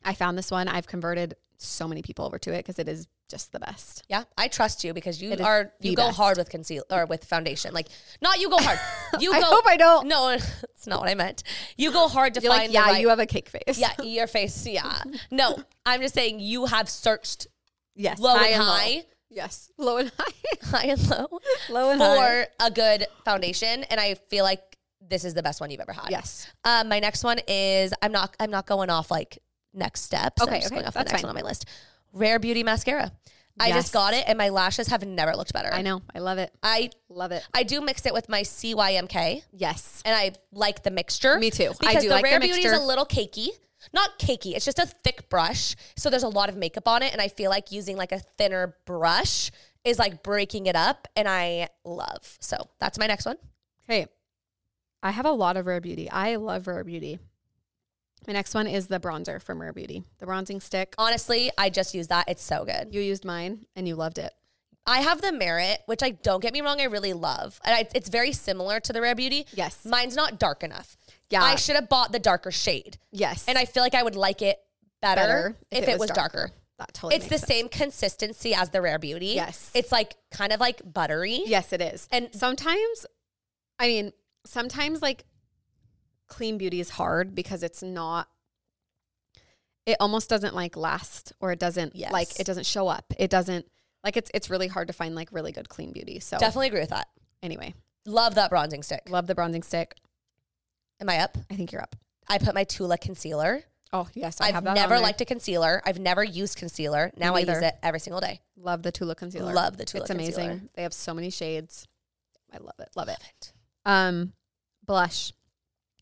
I found this one. I've converted so many people over to it because it is just the best. Yeah, I trust you because you It is are the you go best. hard with conceal or with foundation. Like not you go *laughs* hard. You I go, hope I don't. No, *laughs* it's not what I meant. You go hard to You're find. like, the yeah, right- you have a cake face. yeah your face. Yeah, no, I'm just saying you have searched *laughs* yes, low high and low. high, Yes, low and high. high and low, Low and for high. a good foundation, and I feel like this is the best one you've ever had. yes, Um, my next one is I'm not I'm not going off like next steps. Okay, I'm just okay, going off that's the next fine. one on my list. Rare Beauty mascara. I Yes. just got it, and my lashes have never looked better. *laughs* I know. I love it. I Love it. I do mix it with my CYMK, Yes, and I like the mixture. Me too. I Because do the like the Rare Beauty is mixture. a little cakey. Not cakey. It's just a thick brush, so there's a lot of makeup on it, and I feel like using like a thinner brush is like breaking it up, and I love. So that's my next one. Okay. I have a lot of Rare Beauty. I love Rare Beauty. My next one is the bronzer from Rare Beauty, the bronzing stick. Oh. Honestly, I just use that. It's so good. You used mine and you loved it. I have the merit, which I don't get me wrong, I really love, and I, it's very similar to the Rare Beauty. Yes. mine's not dark enough. Yeah. I should have bought the darker shade, yes. and I feel like I would like it better, if, it, was darker. That totally it's the makes sense. same consistency as the Rare Beauty. Yes. it's like kind of like buttery. Yes, it is. And- sometimes, I mean, sometimes like clean beauty is hard because it's not. It almost doesn't like last, or it doesn't Yes. like it doesn't show up. It doesn't like it's it's really hard to find like really good clean beauty. So Definitely agree with that. anyway, Love that bronzing stick. love the bronzing stick. Am I up? I think you're up. I put my Tula concealer. Oh yes, I I've have that on never there. liked a concealer. I've never used concealer. Now I use neither. it every single day. Love the Tula concealer. Love the Tula It's amazing. concealer. They have so many shades. I love it. Love it. it. Um, blush.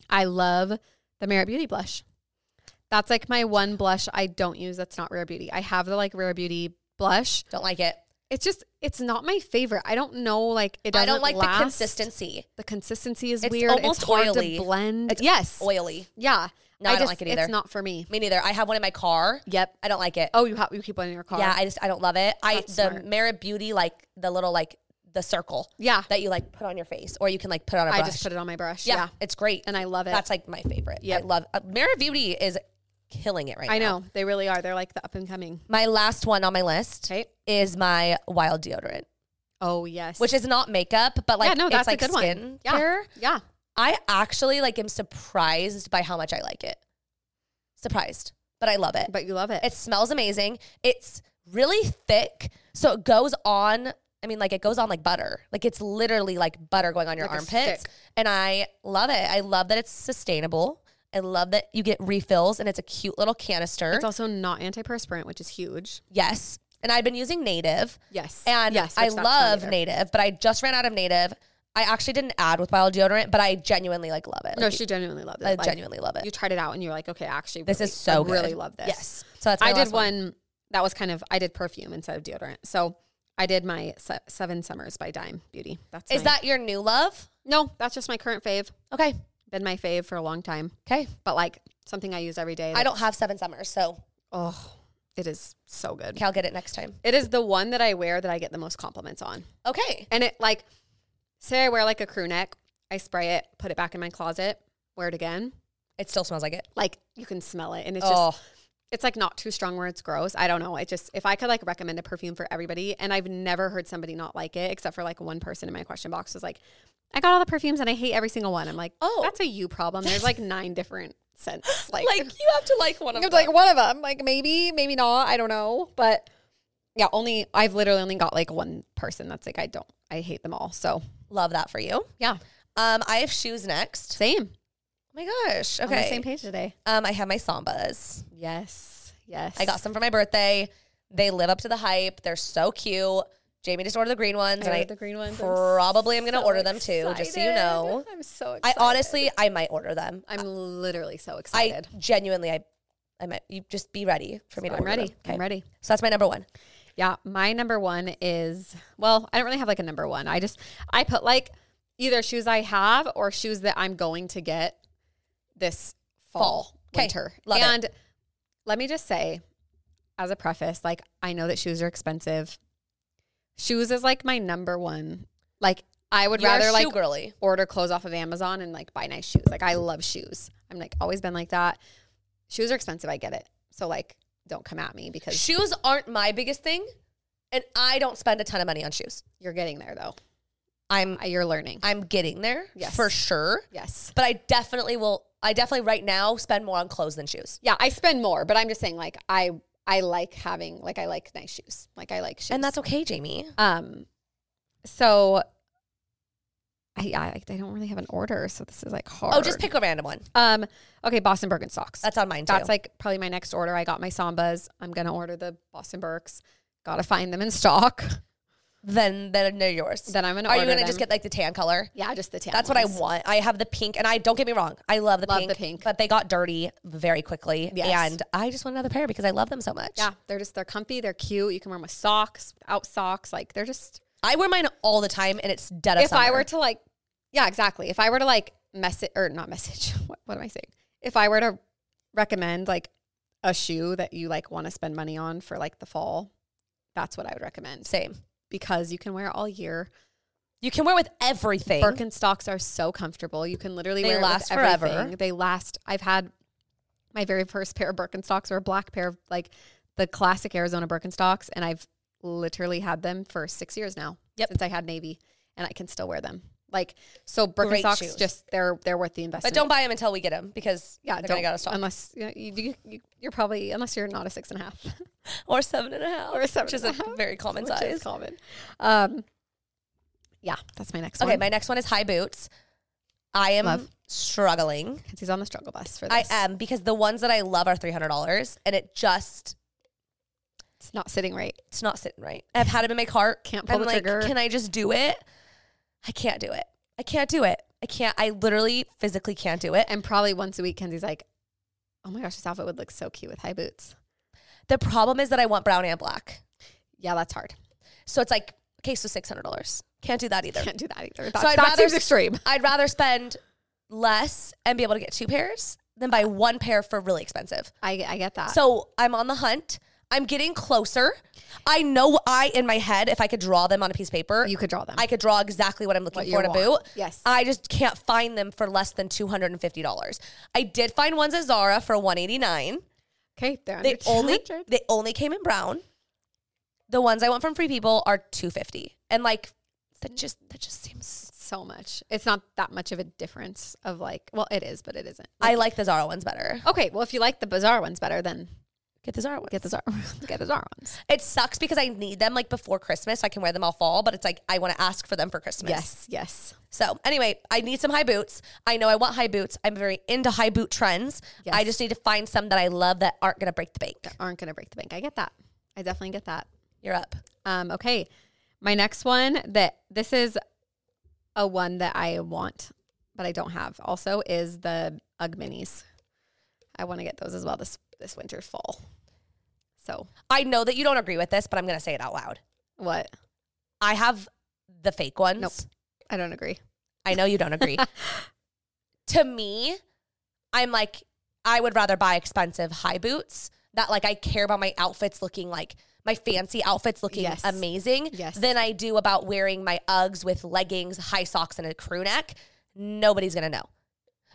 I love the Merit Beauty blush. That's like my one blush I don't use. That's not Rare Beauty. I have the like Rare Beauty blush. Don't like it. It's just it's not my favorite. I don't know. Like it. I Doesn't don't like last. the consistency. The consistency is It's weird. almost it's hard oily. to blend. It's yes. Oily. Yeah. No, I don't like it either. It's not for me. Me neither. I have one in my car. Yep. I don't like it. Oh, you have you keep one in your car. yeah, I just I don't love it. I That's the smart. Merit Beauty like the little like the circle yeah. that you like put on your face, or you can like put on a I brush. just put it on my brush. yeah, Yeah. it's great, And I love it. that's like my favorite. Yeah, I Yep. love uh, Merit Beauty is killing it right I now. know they really are. They're like the up and coming. My last one on my list Okay. is my Wild deodorant, Oh yes. which is not makeup, but like yeah, no, it's that's like a good skin one. Yeah. care. Yeah. I actually like am surprised by how much I like it. Surprised, but I love it. But you love it. It smells amazing. It's really thick, so it goes on. I mean, like it goes on like butter. Like it's literally like butter going on your Like a armpits. stick. And I love it. I love that it's sustainable. I love that you get refills and it's a cute little canister. It's also not antiperspirant, which is huge. yes. And I've been using Native, Yes. and yes, I which that's not love either. Native, but I just ran out of Native. I actually didn't add with wild deodorant, but I genuinely like love it. No, Like, she genuinely loved it. I Like, genuinely love it. You tried it out and you're like, okay, actually, this really- is so I good. really love this. Yes. So that's my I did last one. one that was kind of I did perfume instead of deodorant. So I did my se- Seven Summers by Dime Beauty. That's Is my- that your new love? no? That's just my current fave. Okay. Been my fave for a long time, Okay. but like something I use every day. I that- don't have seven summers, so Oh, it is so good. okay, I'll get it next time. It is the one that I wear that I get the most compliments on. Okay. And it like, say I wear like a crew neck, I spray it, put it back in my closet, wear it again. It still smells like it. Like you can smell it, and it's oh, just it's like not too strong where it's gross. I don't know. It just if I could like recommend a perfume for everybody, and I've never heard somebody not like it except for like one person in my question box was like, I got all the perfumes and I hate every single one. I'm like, Oh. oh, that's a you problem. There's like nine different *laughs* scents. Like, like, *laughs* you have to like one of them. it's like one of them. Like maybe, maybe not. I don't know, but. Yeah, only I've literally only got like one person that's like I don't I hate them all. So Love that for you. yeah, Um, I have shoes next. Same. Oh my gosh. Okay. Okay. same page today. Um, I have my sambas. Yes. Yes. I got some for my birthday. They live up to the hype. They're so cute. Jamie just ordered the green ones, and I the green ones. probably am gonna order them too, just so you know. I'm so I excited. honestly, I might order them. I'm literally so I excited. genuinely, I, I might. You just be ready for me to. I'm order them. ready. Okay. I'm ready. So that's my number one. Yeah. My number one is well, I don't really have like a number one. I just I put like either shoes I have or shoes that I'm going to get this fall, Fall. 'Kay. winter. Love it. and let me just say, as a preface, like I know that shoes are expensive. Shoes is like my number one. Like I would You are rather like shoe girly. order clothes off of Amazon and like buy nice shoes. Like I love shoes. I'm like always been like that. Shoes are expensive. I get it. So like, don't come at me because Shoes aren't my biggest thing, And I don't spend a ton of money on shoes. You're getting there though. I'm Uh, You're learning. I'm getting there Yes. for sure. yes. But I definitely will I definitely right now spend more on clothes than shoes. Yeah, I spend more, but I'm just saying like I I like having like I like nice shoes. Like I like shoes. And that's okay, Jamie. um so I I, I don't really have an order, so this is like hard. Oh, just pick a random one. um okay, Boston Bergen socks. That's on mine too. That's like probably my next order. I got my Sambas. I'm gonna order the Boston Burks. Gotta find them in stock. then then they're yours. Then I'm gonna Are you order gonna them. just get like the tan color? Yeah, just the tan. That's what I ones. want. I have the pink, and I don't get me wrong. I love the Love pink. the pink. but they got dirty very quickly, Yes. and I just want another pair because I love them so much. Yeah, they're just they're comfy. They're cute. You can wear them with socks, without socks. Like they're just. I wear mine all the time, and it's dead. of if I summer. were to like, yeah, exactly. If I were to like message or not message, *laughs* what, what am I saying? If I were to recommend like a shoe that you like want to spend money on for like the fall, that's what I would recommend. same, because you can wear it all year. you can wear with everything. Birkenstocks are so comfortable. You can literally They wear last it with forever. everything. They last. I've had my very first pair of Birkenstocks were a black pair of like the classic Arizona Birkenstocks, and I've literally had them for six years now. Yep. Since I had Navy, and I can still wear them. Like so, Great shoes. Birkenstocks just they're they're worth the investment. but don't buy them until we get them because yeah, they're gonna don't- go out of stock unless you, know, you, you, you you're probably unless you're not a six and a half *laughs* or seven and a half or a seven, which is and a a half, very common which size. is common. Um, yeah, that's my next okay, one. my next one is high boots. I am Love. struggling. Mackenzie's on the struggle bus for this. I am because the ones that I love are three hundred dollars, and it just It's not sitting right. it's not sitting right. I've had them in my cart. Can't pull I'm the like, trigger. Can I just do it? I can't do it. I can't do it. I can't. I literally physically can't do it. And probably once a week, Kenzie's like, oh my gosh, this outfit would look so cute with high boots. The problem is that I want brown and black. Yeah, that's hard. *laughs* So it's like okay, so six hundred dollars. Can't do that either. Can't do that either. So That's- I'd that rather- seems *laughs* extreme. I'd rather spend less and be able to get two pairs than buy one pair for really expensive. I, I get that. So I'm on the hunt. I'm getting closer. I know I in my head if I could draw them on a piece of paper, you could draw them. I could draw exactly what I'm looking What you for in a boot. want. Yes. I just can't find them for less than $250. I did find ones at Zara for 189. okay, they're under They only 200. they only came in brown. The ones I want from Free People are 250. And like that just that just seems so much. It's not that much of a difference of like, well, it is, but it isn't. I like the Zara ones better. Okay, well, if you like the bizarre ones better, then Get the Zara ones. get the Zara, get the Zara ones. *laughs* It sucks because I need them like before Christmas. I can wear them all fall, but it's like I want to ask for them for Christmas. yes. So anyway, I need some high boots. I know I want high boots. I'm very into high boot trends. Yes. I just need to find some that I love that aren't gonna break the bank. Aren't going to break the bank. I get that. I definitely get that. You're up. Um, okay. My next one that this is a one that I want, but I don't have also is the Ugg minis. I want to get those as well this this winter fall. So I know that you don't agree with this, but I'm gonna say it out loud. what? I have the fake ones. Nope. I don't agree. I know you don't *laughs* agree. to me, I'm like, I would rather buy expensive high boots that like I care about my outfits looking like my fancy outfits looking Yes. amazing Yes. than I do about wearing my Uggs with leggings, high socks, and a crew neck. Nobody's gonna know.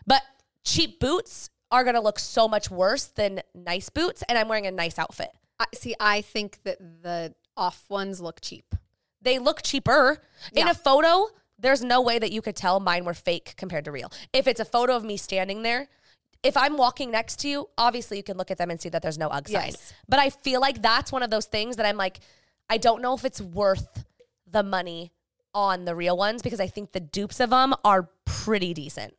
But cheap boots are gonna look so much worse than nice boots, and I'm wearing a nice outfit. I see I think that the off ones look cheap. they look cheaper. In Yeah. a photo, there's no way that you could tell mine were fake compared to real. If it's a photo of me standing there, if I'm walking next to you, obviously you can look at them and see that there's no UGG sign. Yes. But I feel like that's one of those things that I'm like, I don't know if it's worth the money on the real ones because I think the dupes of them are pretty decent.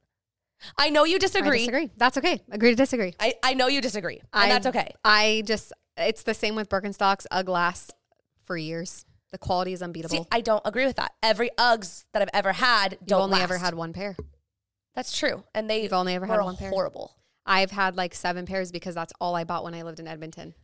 I know you I disagree. I, disagree. That's okay. Agree to disagree. I, know you disagree, and I- that's okay. I just it's the same with Birkenstocks, Ugg last for years. The quality is unbeatable. See, I don't agree with that. Every UGGs that I've ever had You've don't only ever last. had one pair. That's true, and they You've only ever had were one pair. Horrible. I've had like seven pairs because that's all I bought when I lived in Edmonton.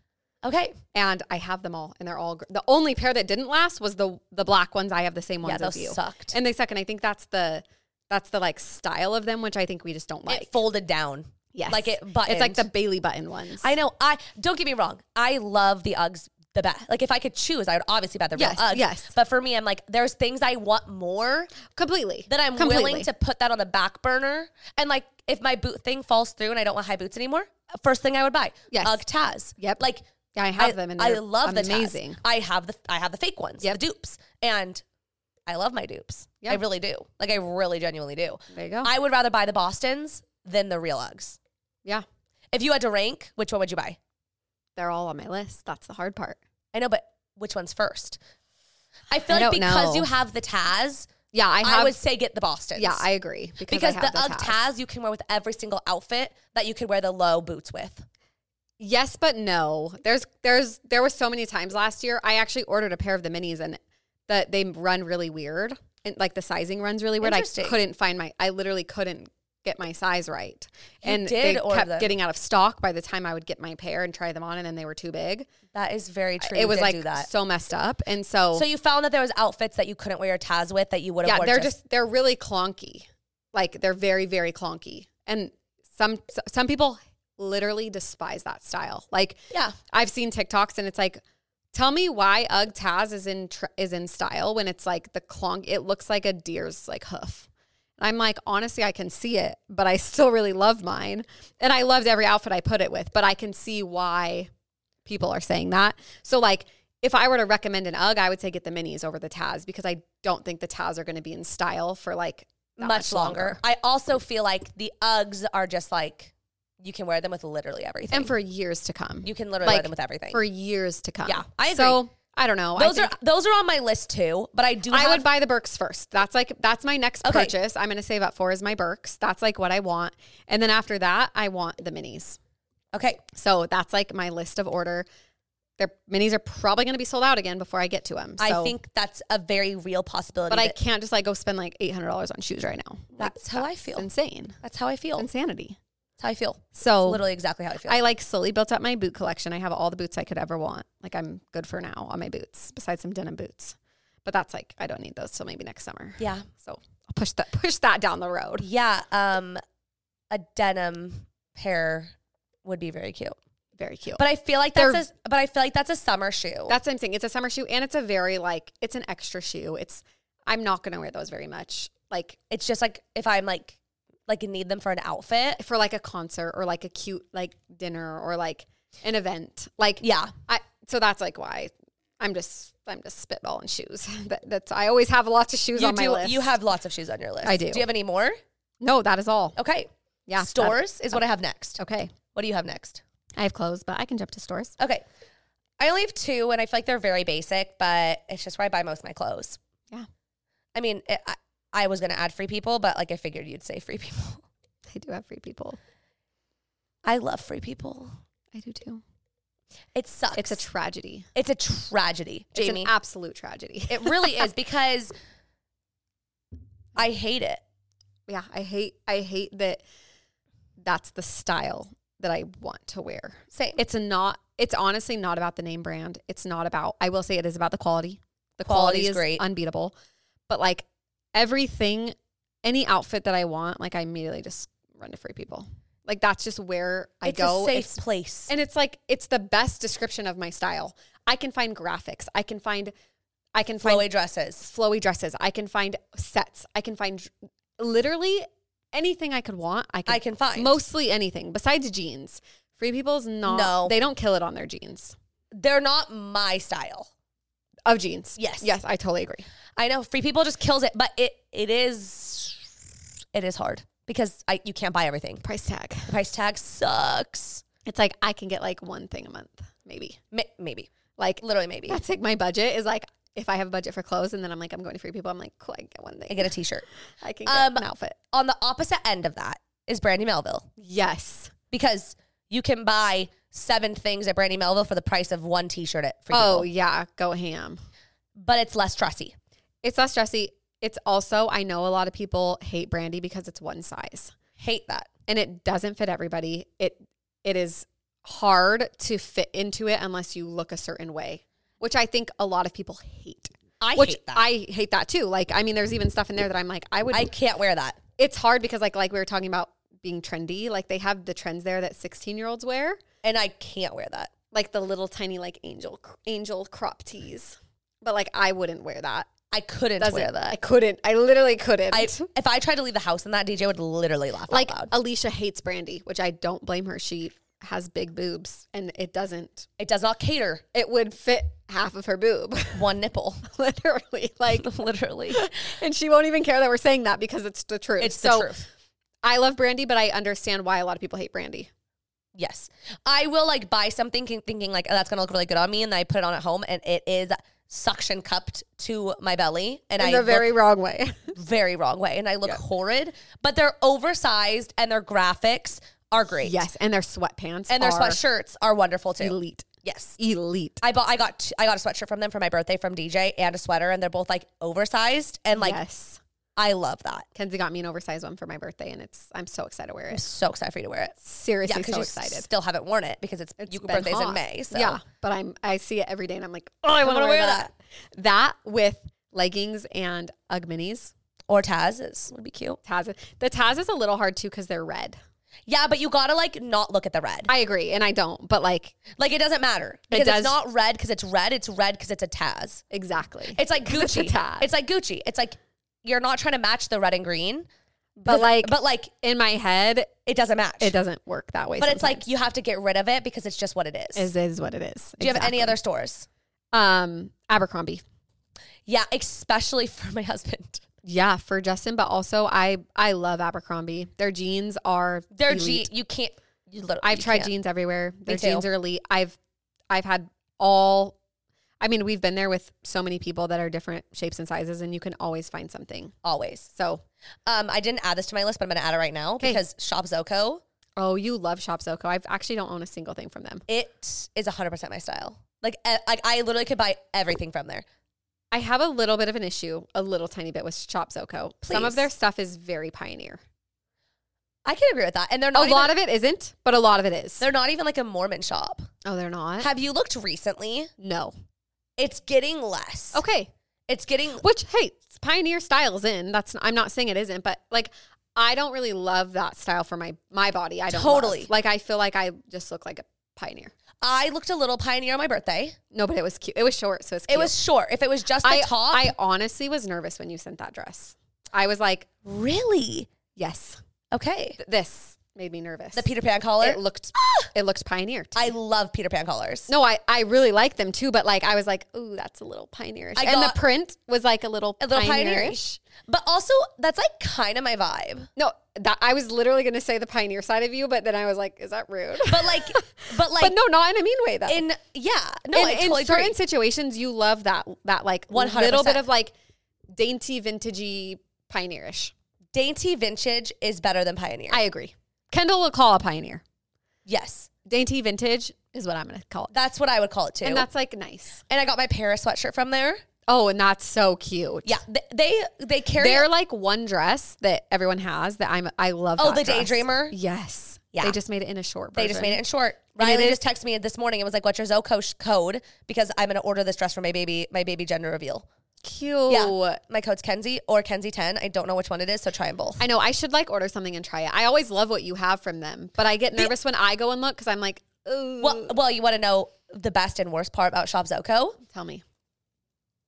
Okay. And I have them all, and they're all. Gr- the only pair that didn't last was the the black ones. I have the same ones Yeah, as those you, sucked. and they suck. And I think that's the that's the like style of them, which I think we just don't like. it folded down. yes, Like it buttoned. It's like the Bailey button ones. I know. I don't get me wrong. I love the Uggs the best. Like if I could choose, I would obviously buy the real Yes, Uggs. yes. But for me, I'm like, there's things I want more completely that I'm Completely. willing to put that on the back burner. And like if my boot thing falls through and I don't want high boots anymore, first thing I would buy. Yes. Ugg Taz. Yep. Like Yeah, I have I, them and I they're love the Taz. amazing. I have the I have the fake ones, Yep. the dupes, and I love my dupes. I Yep. really do. Like I really genuinely do. There you go. I would rather buy the Boston's than the real Uggs. yeah. If you had to rank, which one would you buy? They're all on my list. That's the hard part. I know, but which one's first? I feel I like don't because know. you have the Taz, Yeah, I I, have. would say get the Boston's. yeah, I agree because, because I the, have Ugg Taz you can wear with every single outfit that you could wear the low boots with. Yes, but no. There's there's there was so many times last year. I actually ordered a pair of the minis and that they run really weird. And like the sizing runs really weird. I Interesting. couldn't find my I literally couldn't get my size right. You and did they order kept them. getting out of stock by the time I would get my pair and try them on and then they were too big. That is very true. it You was did like do that. so messed up. And so, So you found that there was outfits that you couldn't wear your Taz with that you would have. yeah, worn they're just they're really clunky. Like they're very very clunky. And some some people literally despise that style. Like yeah. I've seen TikToks and it's like, tell me why UGG Taz is in tr- is in style when it's like the clonk. It looks like a deer's like hoof. And I'm like, honestly, I can see it, but I still really love mine, and I loved every outfit I put it with. But I can see why people are saying that. So like. If I were to recommend an UGG, I would say get the minis over the Taz because I don't think the Taz are going to be in style for like that much, longer. I also feel like the Uggs are just like you can wear them with literally everything. and for years to come. you can literally wear Like, them with everything. for years to come. Yeah, I So I don't know. I those think- are those are on my list too. But I do. I have- would buy the Burks first. That's like that's my next Okay. purchase. I'm gonna save up for is my Burks. That's like what I want. And then after that, I want the minis. Okay, So that's like my list of order. Their minis are probably gonna be sold out again before I get to them. So, I think that's a very real possibility. but I that- can't just like go spend like eight hundred dollars on shoes right now. Like, That's how I feel. Insane. that's how I feel. That's Insanity. how I feel. So Literally exactly how I feel. I like slowly built up my boot collection. I have all the boots I could ever want. Like I'm good for now on my boots, besides some denim boots. But that's like I don't need those till maybe next summer. yeah, So I'll push that *laughs* push that down the road. yeah. Um, a denim pair would be very cute. Very cute. But I feel like They're- that's a, but I feel like that's a summer shoe. That's what I'm saying. It's a summer shoe and it's a very like it's an extra shoe. It's I'm not gonna wear those very much. Like it's just like if I'm like like need them for an outfit. for like a concert or like a cute like dinner or like an event. Like Yeah. I so that's like why I'm just I'm just spitballing shoes. *laughs* That, that's I always have lots of shoes You on my do. list. You have lots of shoes on your list. I do. Do you have any more? no, that is all. Okay. Yeah. Stores is what I have next. that- okay. What do you have next? I have clothes, but I can jump to stores. Okay. I only have two, and I feel like they're very basic, but it's just where I buy most of my clothes. Yeah. I mean, it, I, I was going to add free people, but like I figured you'd say free people. I do have free people. I love free people. I do too. It sucks. It's a tragedy. it's a tragedy, Jamie. It's an absolute tragedy. it *laughs* really is because I hate it. yeah i hate i hate that that's the style that i want to wear Same. it's a not it's honestly not about the name brand it's not about i will say it is about the quality the Quality's quality is great. unbeatable but like everything any outfit that i want like i immediately just run to free people like that's just where i it's go a safe It's- place. and it's like it's the best description of my style i can find graphics i can find i can find flowy dresses. flowy dresses. I can find sets. I can find dr- literally anything I could want. I can, I can find. mostly anything besides jeans. Free people's not. No. they don't kill it on their jeans. They're not my style. Of jeans, Yes. yes, I totally agree. I know free people just kills it, but it it is it is hard because I you can't buy everything. Price tag. The price tag sucks. It's like I can get like one thing a month, maybe. Ma- maybe Like literally maybe that's like my budget is like if I have a budget for clothes and then I'm like I'm going to free people. I'm like cool, I can get one thing. I get a t-shirt. I can get Um, an outfit. On the opposite end of that is Brandy Melville Yes. because you can buy seven things at Brandy Melville for the price of one t-shirt at free Oh people, yeah, go ham. but it's less dressy. It's less dressy. It's also I know a lot of people hate brandy because it's one size. Hate that. and it doesn't fit everybody. It it is hard to fit into it unless you look a certain way, which I think a lot of people hate. I which hate that. I hate that too. Like I mean, there's even stuff in there that I'm like, I would. I can't wear that. it's hard because like like we were talking about being trendy. Like they have the trends there that 16 year olds wear, And I can't wear that. like the little tiny like angel angel crop tees. But like I wouldn't wear that. I couldn't Doesn't wear I that. couldn't. I literally couldn't. *laughs* *laughs* I, if I tried to leave the house in that, DJ would literally laugh like out loud. Alicia hates Brandy, which I don't blame her. She has big boobs and it doesn't. It does not cater It would fit half of her boob, *laughs* one nipple. *laughs* literally. Like, Literally. and she won't even care that we're saying that because it's the truth. It's so the truth. I love Brandy, but I understand why a lot of people hate Brandy. Yes. I will like buy something kin- thinking like, oh, that's going to look really good on me. And then I put it on at home and it is suction cupped to my belly. And I in the look very wrong *laughs* way. very wrong way. And I look horrid, but they're oversized and their graphics are great. yes, and their sweatpants And their are sweatshirts are wonderful too. elite, Yes. elite. I bought I got t- I got a sweatshirt from them for my birthday from DJ and a sweater and they're both like oversized and like yes, I love that. Kenzie got me an oversized one for my birthday, and it's I'm so excited to wear I'm it. so excited for you to wear it. Yeah, Seriously, because so you excited. still haven't worn it because it's, It's your been birthday's in hot. May. So Yeah, but I'm I see it every day, and I'm like, oh, I I want to wanna wear, wear that. That with leggings and UGG minis. or Taz is, would be cute. Taz, the Taz is a little hard too because they're red. Yeah, but you gotta like not look at the red. I agree, and I don't, but like Like it doesn't matter because does- it's not red because it's red. It's red because it's a Taz. exactly. It's like 'Cause it's Gucci. a Taz. It's like Gucci. It's like you're not trying to match the red and green, but like, but like in my head, it doesn't match. it doesn't work that way. But it's like you have to get rid of it because it's just what it is. is is what it is. Do you have any Exactly. other stores? Um, Abercrombie. Yeah, especially *laughs* for my husband. Yeah, for Justin, but also I I love Abercrombie. Their jeans are Their elite. jeans, you can't. You literally, I've you tried can't. jeans everywhere. Their too. jeans are elite. I've I've had all I mean, we've been there with so many people that are different shapes and sizes and you can always find something. always. So, Um, I didn't add this to my list, but I'm gonna add it right now 'Kay. because Shop Zoco, oh, you love Shop Zoco. I actually don't own a single thing from them. it is 100 percent my style. Like, e- like I literally could buy everything from there. I have a little bit of an issue, a little tiny bit with Shop Zoco. Some of Please. their stuff is very pioneer. I can agree with that, and they're A not lot even, of it isn't, but a lot of it is. They're not even like a Mormon shop. Oh, they're not? Have you looked recently? no. It's getting less. Okay. It's getting Which hey, it's pioneer style's in. That's I'm not saying it isn't, but like I don't really love that style for my my body. I don't love. Totally. like I feel like I just look like a pioneer. I looked a little pioneer on my birthday. No, but it was cute. It was short, so it's It was short. If it was just the I top, I honestly was nervous when you sent that dress. I was like, really yes, okay. Th- this made me nervous. The Peter Pan collar. it looked it looked pioneer. *gasps* I love Peter Pan collars. no, I, I really like them too, but like I was like, ooh, that's a little pioneerish. I and got- the print was like a little a little pioneerish. pioneerish. But also, that's like kind of my vibe. No, that I was literally gonna say the pioneer side of you, but then I was like, is that rude? But like, *laughs* but like, *laughs* but no, not in a mean way though. in yeah, no, in, I in totally certain agree. situations, you love that that like 100%. little bit of like dainty, vintagey, pioneerish. Dainty vintage is better than pioneer. I agree. Kendall will call a pioneer. yes, Dainty vintage is what I'm going to call it, that's what I would call it too. and And, that's like nice. I got my Paris sweatshirt from there. Oh, and that's so cute. Yeah, they they, they carry. They're like one dress that everyone has that I'm I love. Oh, that the dress. Daydreamer? Yes. Yeah. They just made it in a short. they just version. made it in short. And it Riley is- just texted me this morning and was like, "What's your Zoco sh- code?" Because I'm gonna order this dress for my baby, my baby gender reveal. cute. Yeah, my code's Kenzie or Kenzie ten. I don't know which one it is, so try them both. I know. I should like order something and try it. I always love what you have from them, but I get nervous when I go and look because I'm like, ooh. well, well, you want to know the best and worst part about Shop Zoco? Tell me.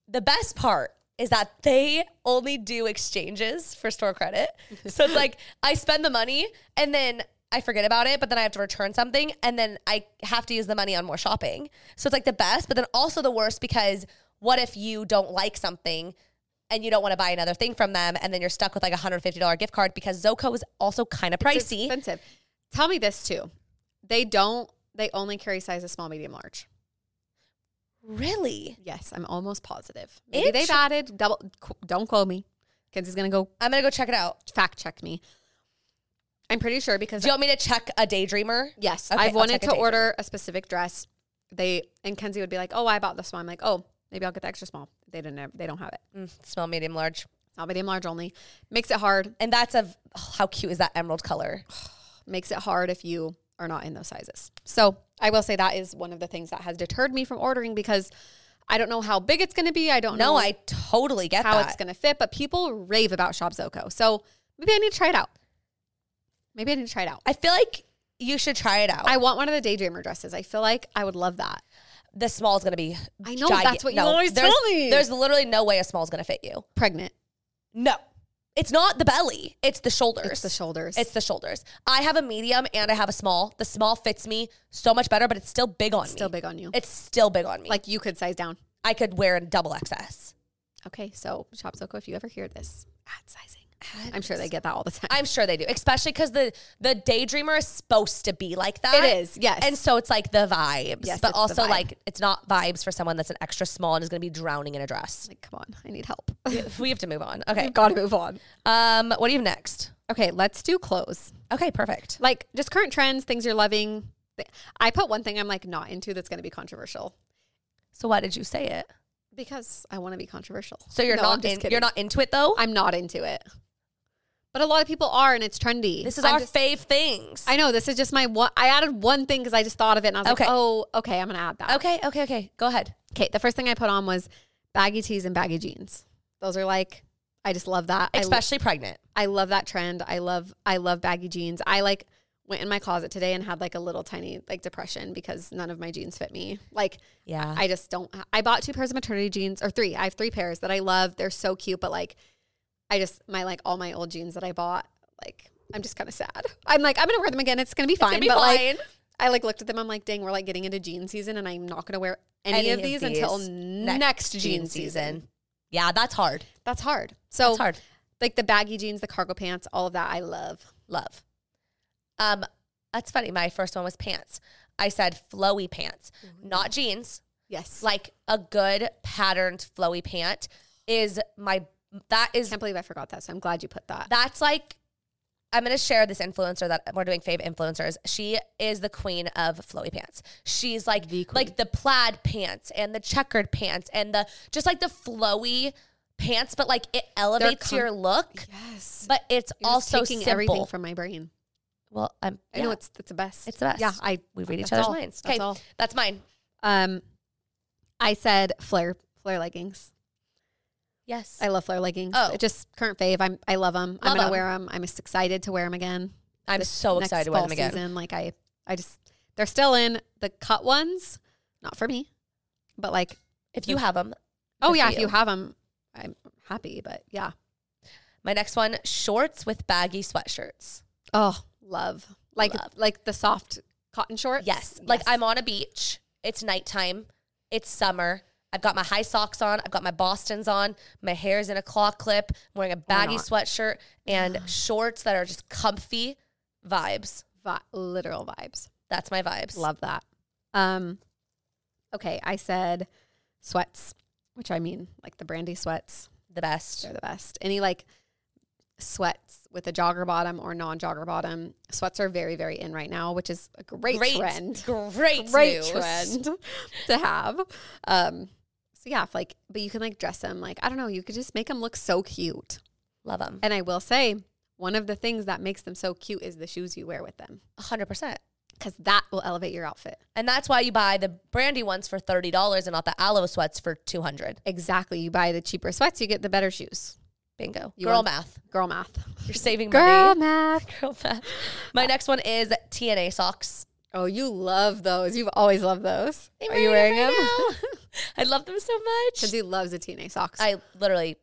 the best part is that they only do exchanges for store *laughs* credit. So it's like I spend the money and then I forget about it, but then I have to return something and then I have to use the money on more shopping. So it's like the best, but then also the worst because what if you don't like something and you don't want to buy another thing from them and then you're stuck with like a $150 gift card because Zoco is also kind of It's pricey. Expensive. Tell me this too. They don't. They only carry sizes small, medium, large. Really? Yes, I'm almost positive. Maybe they've Int- added double. qu- Don't quote me. Kenzie's gonna go I'm going to go check it out. fact check me. I'm pretty sure because Do you want me to check a daydreamer? yes, Okay, I've I'll wanted check a to date order a specific dress. They and Kenzie would be like, "Oh, I bought this one." I'm like, "Oh, maybe I'll get the extra small." They didn't. Have, they don't have it. Mm, small, medium, large. Not medium, large only. Makes it hard. And that's a, oh, how cute is that emerald color? Makes it hard if you are not in those sizes. So I will say that is one of the things that has deterred me from ordering because I don't know how big it's going to be. I don't No, know I totally get Oh, how that. it's going to fit, but people rave about Shop Zoco. So maybe I need to try it out. Maybe I need to try it out. I feel like you should try it out. I want one of the daydreamer dresses. I feel like I would love that. the small is going to be. I know, giant. that's what you always there's- tell me. There's literally no way a small is going to fit you. Pregnant. No, It's not the belly, it's the shoulders. It's the shoulders. It's the shoulders. I have a medium and I have a small. The small fits me so much better, but it's still big on me. still big on you. It's still big on me. Like like you could size down. I could wear a double XS. Okay, so Shop Soko, if you ever hear this, ad sizing. I'm sure they get that all the time. I'm sure they do, especially because the the daydreamer is supposed to be like that. It is, yes. and so it's like the vibes, Yes, but it's the also vibe. like it's not vibes for someone that's an extra small and is going to be drowning in a dress. like, come on, I need help. Okay. we have to move on. Okay, Gotta move on. um, what do you have next? *laughs* Okay, let's do clothes. Okay, perfect. Like just current trends, things you're loving. I put one thing I'm like not into that's gonna be controversial So why did you say it? because I wanna be controversial. So you're No, I'm not just in, kidding. you're not into it though. I'm not into it. But a lot of people are, and it's trendy. this is I'm our just- fave things. I know this is just my one. I added one thing because I just thought of it, and I was Okay. like, "Oh, okay, I'm gonna add that." okay, okay, okay. Go ahead. Okay. The first thing I put on was baggy tees and baggy jeans. Those are like, I just love that. I lo- Especially pregnant. I love that trend. I love I love baggy jeans. I like went in my closet today and had like a little tiny like depression because none of my jeans fit me. Like Yeah. I just don't I bought two pairs of maternity jeans or three. I have three pairs that I love. They're so cute, but like I just my like all my old jeans that I bought like I'm just kind of sad. I'm like I'm going to wear them again. It's going to be fine, gonna be but fine. like I like looked at them. I'm like, dang, we're like getting into jean season, and I'm not going to wear any, of, these, until next, jean season. Oh, Yeah, that's hard. That's hard. So That's hard. like the baggy jeans, the cargo pants, all of that I love. Love. Um, that's funny. My first one was pants. I said flowy pants, Mm-hmm. not jeans. Yes. Like Like a good patterned flowy pant is my that I is can't believe I forgot that. So I'm glad you put that. that's like I'm gonna share this influencer that we're doing fave influencers. She is the queen of flowy pants. She's like The queen. like the plaid pants and the checkered pants and the just like the flowy pants, but like it elevates com- your look. yes. But it's You're just also taking simple. everything from my brain. well, um, I know yeah. it's it's the best. It's the best. Yeah, I we read each that's other's all. minds. That's Okay, all. that's mine. Um, I said flare flare leggings. Yes, I love flare leggings. Oh. It just current fave. I'm I love them. I'm Love gonna 'em. wear them. I'm just excited to wear them again. I, am this so next excited to wear fall them again. Season. Like I I just they're still in the cut ones. Not for me, but like If you have them, oh Good yeah, for if you. you have them, I'm happy. But yeah, my next one: shorts with baggy sweatshirts. Oh, love. Like Love. like the soft cotton shorts. Yes. Like I'm on a beach. It's nighttime. It's summer. I've got my high socks on. I've got my Boston's on. My hair's in a claw clip. I'm wearing a baggy not? sweatshirt and shorts that are just comfy vibes. Vi- literal vibes. That's my vibes. Love that. Um okay, I said sweats, which I mean like the brandy sweats. the best. They're the best. Any like sweats with a jogger bottom or non-jogger bottom. Sweats are very very in right now, which is a great, Great trend. Great, *laughs* Great news. trend to have. Um so yeah, if like but you can like dress them like I don't know, you could just make them look so cute. Love them. And I will say, one of the things that makes them so cute is the shoes you wear with them, 100%. because that will elevate your outfit. And that's why you buy the brandy ones for $30 and not the aloe sweats for 200 Exactly. You buy the cheaper sweats, you get the better shoes. Bingo. You Girl are- math. Girl math. You're saving Girl money. *laughs* math. Girl math. My next one is TNA socks. Oh, you love those. You've always loved those. I'm Are you wearing wearing them them? *laughs* right *laughs* I love them so much. Because he loves the TNA socks. I, I literally,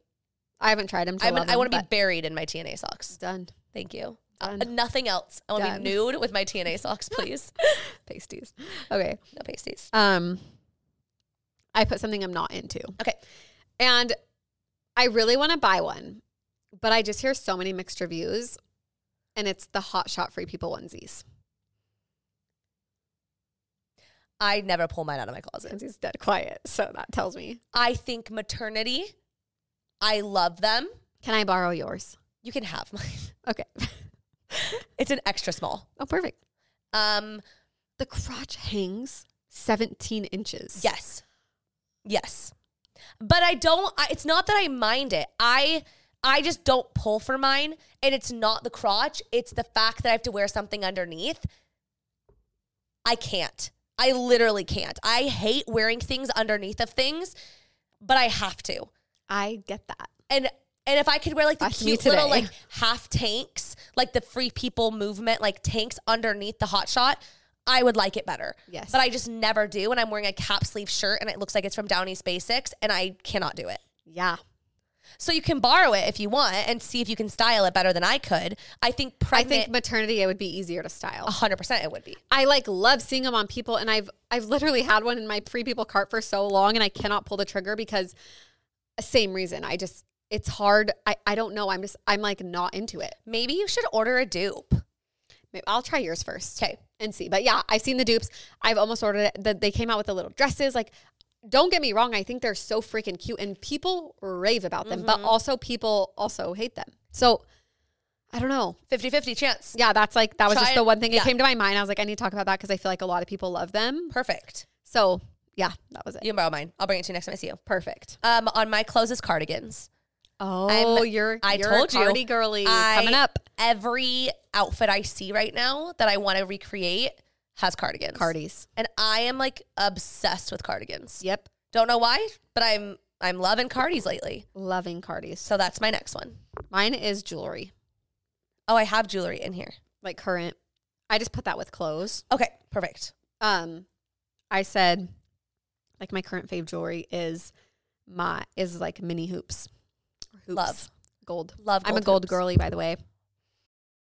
haven't tried them. To I'm, love I them, want to be but buried in my TNA socks. done. Thank you. Uh, Done. nothing else. I want to Done. be nude with my TNA *laughs* socks, please. Pasties. Okay. no pasties. Um, I put something I'm not into. Okay. And I really want to buy one, but I just hear so many mixed reviews. And it's the hot shot free people onesies. I never pull mine out of my closet. Lindsay's dead quiet, so that tells me. I think maternity. I love them. Can I borrow yours? You can have mine. *laughs* Okay. *laughs* It's an extra small. oh, perfect. Um, The crotch hangs 17 inches. Yes. Yes. But I don't I, it's not that I mind it. I I just don't pull for mine and it's not the crotch, it's the fact that I have to wear something underneath. I can't. I literally can't. I hate wearing things underneath of things, but I have to. I get that. And and if I could wear like the That's me cute little today. like half tanks, like the free people movement, like tanks underneath the hot shot, I would like it better. Yes. But I just never do. And I'm wearing a cap sleeve shirt and it looks like it's from Downey's Basics and I cannot do it. Yeah. So you can borrow it if you want and see if you can style it better than I could. I think I pregnant. think maternity it would be easier to style. 100% it would be. I like love seeing them on people, and I've I've literally had one in my free people cart for so long, and I cannot pull the trigger because same reason. I just it's hard. I I don't know. I'm just I'm like not into it. Maybe you should order a dupe. Maybe I'll try yours first. Okay. and see. But yeah, I've seen the dupes. I've almost ordered it. The, they came out with the little dresses. Like, don't get me wrong. I think they're so freaking cute, and people rave about them. Mm-hmm. But also, people also hate them. So I don't know. 50-50 chance. Yeah, that's like that was Try just it. the one thing Yeah. that came to my mind. I was like, I need to talk about that because I feel like a lot of people love them. Perfect. So yeah, that was it. You can borrow mine. I'll bring it to you next time I see you. Perfect. Um, on my closest cardigans. Oh, I'm- you're I you're told a you. party girly I- coming up. Every outfit I see right now that I want to recreate has cardigans. Cardies. And I am like obsessed with cardigans. Yep, Don't know why, but I'm I'm loving cardies lately. loving cardies. So that's my next one. Mine is jewelry, Oh, I have jewelry in here. like current. I just put that with clothes. Okay, perfect. um I said like my current fave jewelry is my is like mini hoops. Or hoops. Love. Gold. Love I'm a gold gold hoops. girly by the way.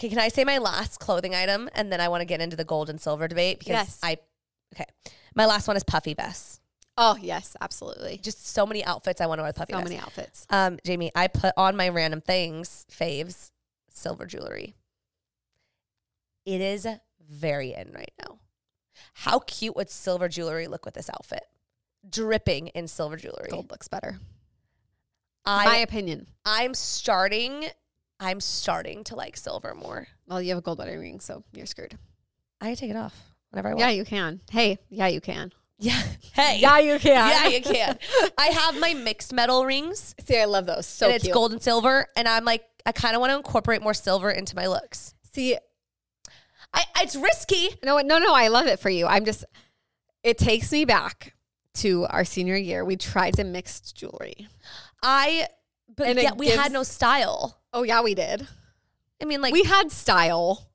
Okay, can I say my last clothing item and then I want to get into the gold and silver debate because Yes. I okay. My last one is puffy vests. Oh yes, absolutely. Just Just so many outfits I want to wear with puffy so vests. many outfits. Um, Jamie, I put on my random things, faves, silver jewelry. It is very in right now. How cute would silver jewelry look with this outfit? Dripping in silver jewelry. Gold looks better. my I opinion. I'm starting I'm starting to like silver more. Well, you have a gold wedding ring, so you're screwed. I can take it off whenever I Yeah, want. you can. Hey, yeah, you can. Yeah. *laughs* Hey. you can. Yeah, you can. I have my mixed metal rings. See, I love those. So and it's cute. gold and silver. And I'm like, I kind of want to incorporate more silver into my looks. See, I, it's risky. No, no, no. I love it for you. I'm just, it takes me back to our senior year. We tried to mix jewelry. I, but And it yet we gives- had no style. Oh, yeah, we did. I mean, like, we had style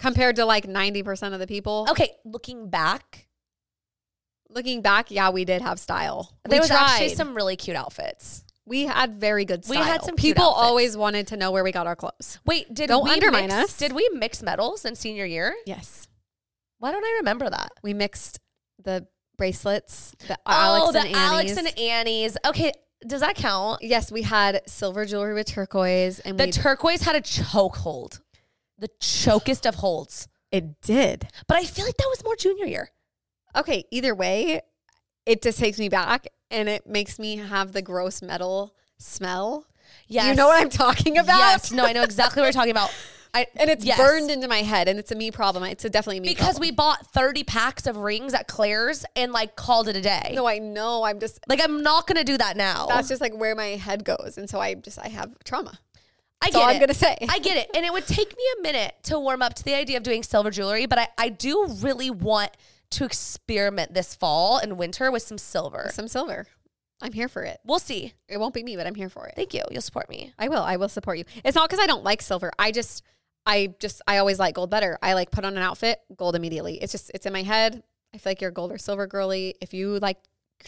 compared to like 90% of the people. okay, looking back, Looking back, yeah, we did have style. there we was tried. actually some really cute outfits. we had very good We style. had some cute people outfits. always wanted to know where we got our clothes. Wait, did Don't we undermine mix, us. Did we mix medals in senior year? Yes. Why don't I remember that? We mixed the bracelets, the Alex oh, the and Annie's. Alex and Annie's. Okay, does that count? Yes, we had silver jewelry with turquoise and The we turquoise had a choke hold, the chokest of holds. it did. But I feel like that was more junior year. okay, either way, it just takes me back and it makes me have the gross metal smell. Yes. You know what I'm talking about? Yes. No, I know exactly what you're talking about. I, *laughs* And it's yes. burned into my head and it's a me problem. It's a definitely a me because *laughs* we problem. bought 30 packs of rings at Claire's and like called it a day. No, I know. I'm just Like I'm not gonna do that now. that's just like where my head goes. And so I just I have trauma. I that's all I'm it. gonna say. I get it, and it would take me a minute to warm up to the idea of doing silver jewelry, but I, I do really want to experiment this fall and winter with some silver. Some silver. I'm here for it. We'll see. It won't be me, but I'm here for it. Thank you. You'll support me. I will. I will support you. It's not because I don't like silver. I just, I just, I always like gold better. I like put on an outfit, gold immediately. It's just, it's in my head. I feel like you're a gold or silver girly. If you like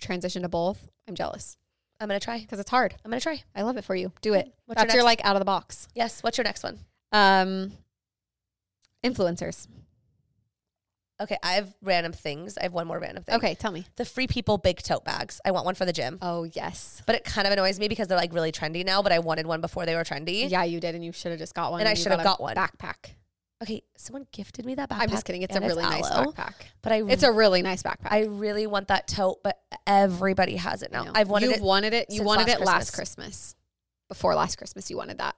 transition to both, I'm jealous I'm gonna try. because it's hard. I'm gonna try. I love it for you. Do it. What's your That's your next- like out of the box. Yes. What's your next one? Um, influencers. Okay, I have random things. I have one more random thing. Okay, tell me. The Free People big tote bags. I want one for the gym. Oh yes. But it kind of annoys me because they're like really trendy now, but I wanted one before they were trendy. Yeah, you did, and you should have just got one. And I you should have got a one. Backpack. Okay, someone gifted me that backpack. I'm just kidding. It's a and really nice aloe, backpack. But I It's a really nice backpack. I really want that tote, but everybody has it now. No. I've wanted You've it. wanted it. You since wanted last it last Christmas. Christmas. Before last Christmas, you wanted that.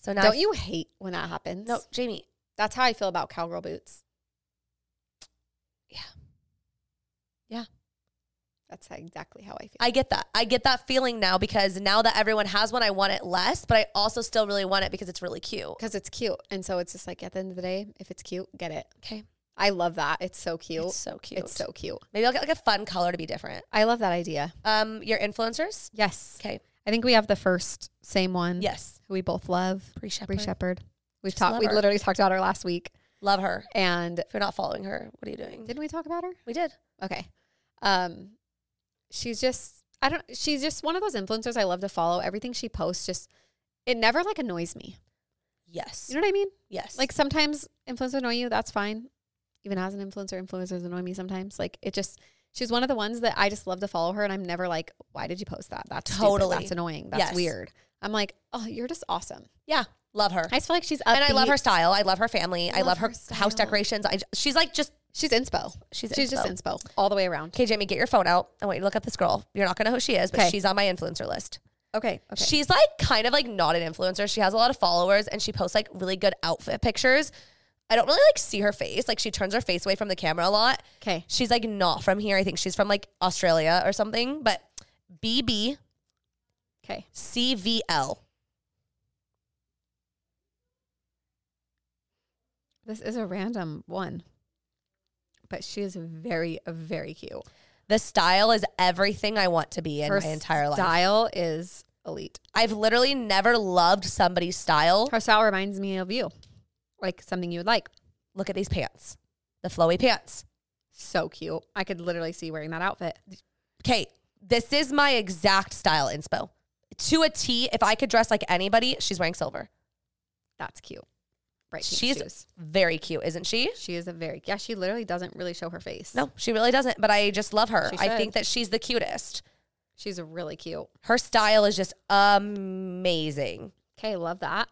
so now I Don't f- you hate when that happens? No, Jamie. That's how I feel about cowgirl boots. Yeah. Yeah. That's exactly how I feel. I get that. I get that feeling now because now that everyone has one, I want it less, but I also still really want it because it's really cute. Because it's cute. And so it's just like at the end of the day, if it's cute, get it. Okay. I love that. It's so cute. It's so cute. It's so cute. Maybe I'll get like a fun color to be different. I love that idea. Um, your influencers. Yes. Okay. I think we have the first same one. Yes. Who we both love. Bree Shepherd. Bree Shepherd. We've Just talked love we her. literally talked about her last week. Love her. And If you're not following her, what are you doing? didn't we talk about her? we did. Okay. Um she's just I don't she's just one of those influencers I love to follow. Everything she posts just it never like annoys me. Yes. You know what I mean? yes. Like sometimes influencers annoy you, that's fine. Even as an influencer, influencers annoy me sometimes. Like it just she's one of the ones that I just love to follow her and I'm never like, why did you post that? That's totally Totally. that's annoying. That's Yes. weird. I'm like, oh, you're just awesome. yeah. Love her. I just feel like she's upbeat. and I love her style. I love her family. I Love love her, her style. house decorations. I, she's like just She's inspo. She's she's just inspo all the way around. okay. Jamie, get your phone out. I want you to look up this girl. You're not gonna know who she is, but Okay. she's on my influencer list. Okay. Okay. She's like kind of like not an influencer. She has a lot of followers and she posts like really good outfit pictures. I don't really like see her face. Like she turns her face away from the camera a lot. okay. She's like not from here. I think she's from like Australia or something. But BB Okay. CVL. This is a random one, but she is very, very cute. The style is everything I want to be in my entire life. style is elite. I've literally never loved somebody's style. Her style reminds me of you, like something you would like. Look at these pants, the flowy pants. So cute. I could literally see you wearing that outfit. Okay, this is my exact style inspo. To a T, if I could dress like anybody, she's wearing silver. That's cute. Right. She's very cute, isn't she? she is a very yeah. She literally doesn't really show her face. No, she really doesn't, but I just love her. She I should. think that she's the cutest. she's really cute. Her style is just amazing. Okay, love that.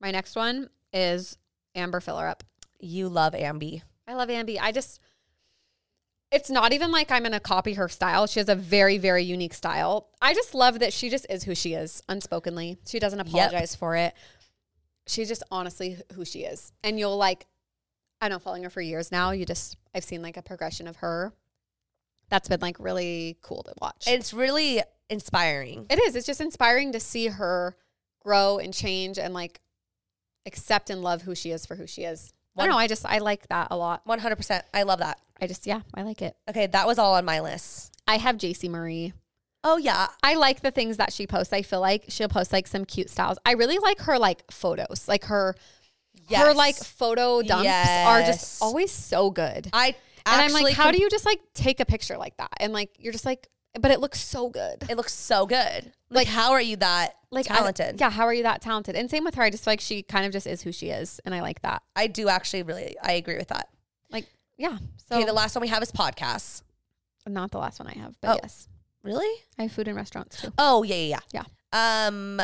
My next one is Amber Filler Up. You love Ambi. I love Ambi. I just it's not even like I'm gonna copy her style. She has a very, very unique style. I just love that she just is who she is, unspokenly. She doesn't apologize for it. She's just honestly who she is. And you'll like, I know following her for years now. You just I've seen like a progression of her. That's been like really cool to watch. It's really inspiring. It is. It's just inspiring to see her grow and change and like accept and love who she is for who she is. I One- don't know. I just I like that a lot. 100%. I love that. I just yeah, I like it. Okay, that was all on my list. I have JC Marie. Oh, yeah. I like the things that she posts. I feel like she'll post like some cute styles. I really like her like photos. Like her her Yes. like photo dumps are just Yes. always so good. I and I'm actually like, how com- do you just like take a picture like that? And like you're just like, but it looks so good. It looks so good. Like- Like, how are you that like I- talented? yeah, how are you that talented? And same with her. I just feel like she kind of just is who she is, and I like that. I do actually really. I agree with that. Like, yeah. So Okay, the last one we have is podcasts. not the last one I have, but Oh. yes, Really? I have food and restaurants too. Oh yeah yeah yeah yeah. Um,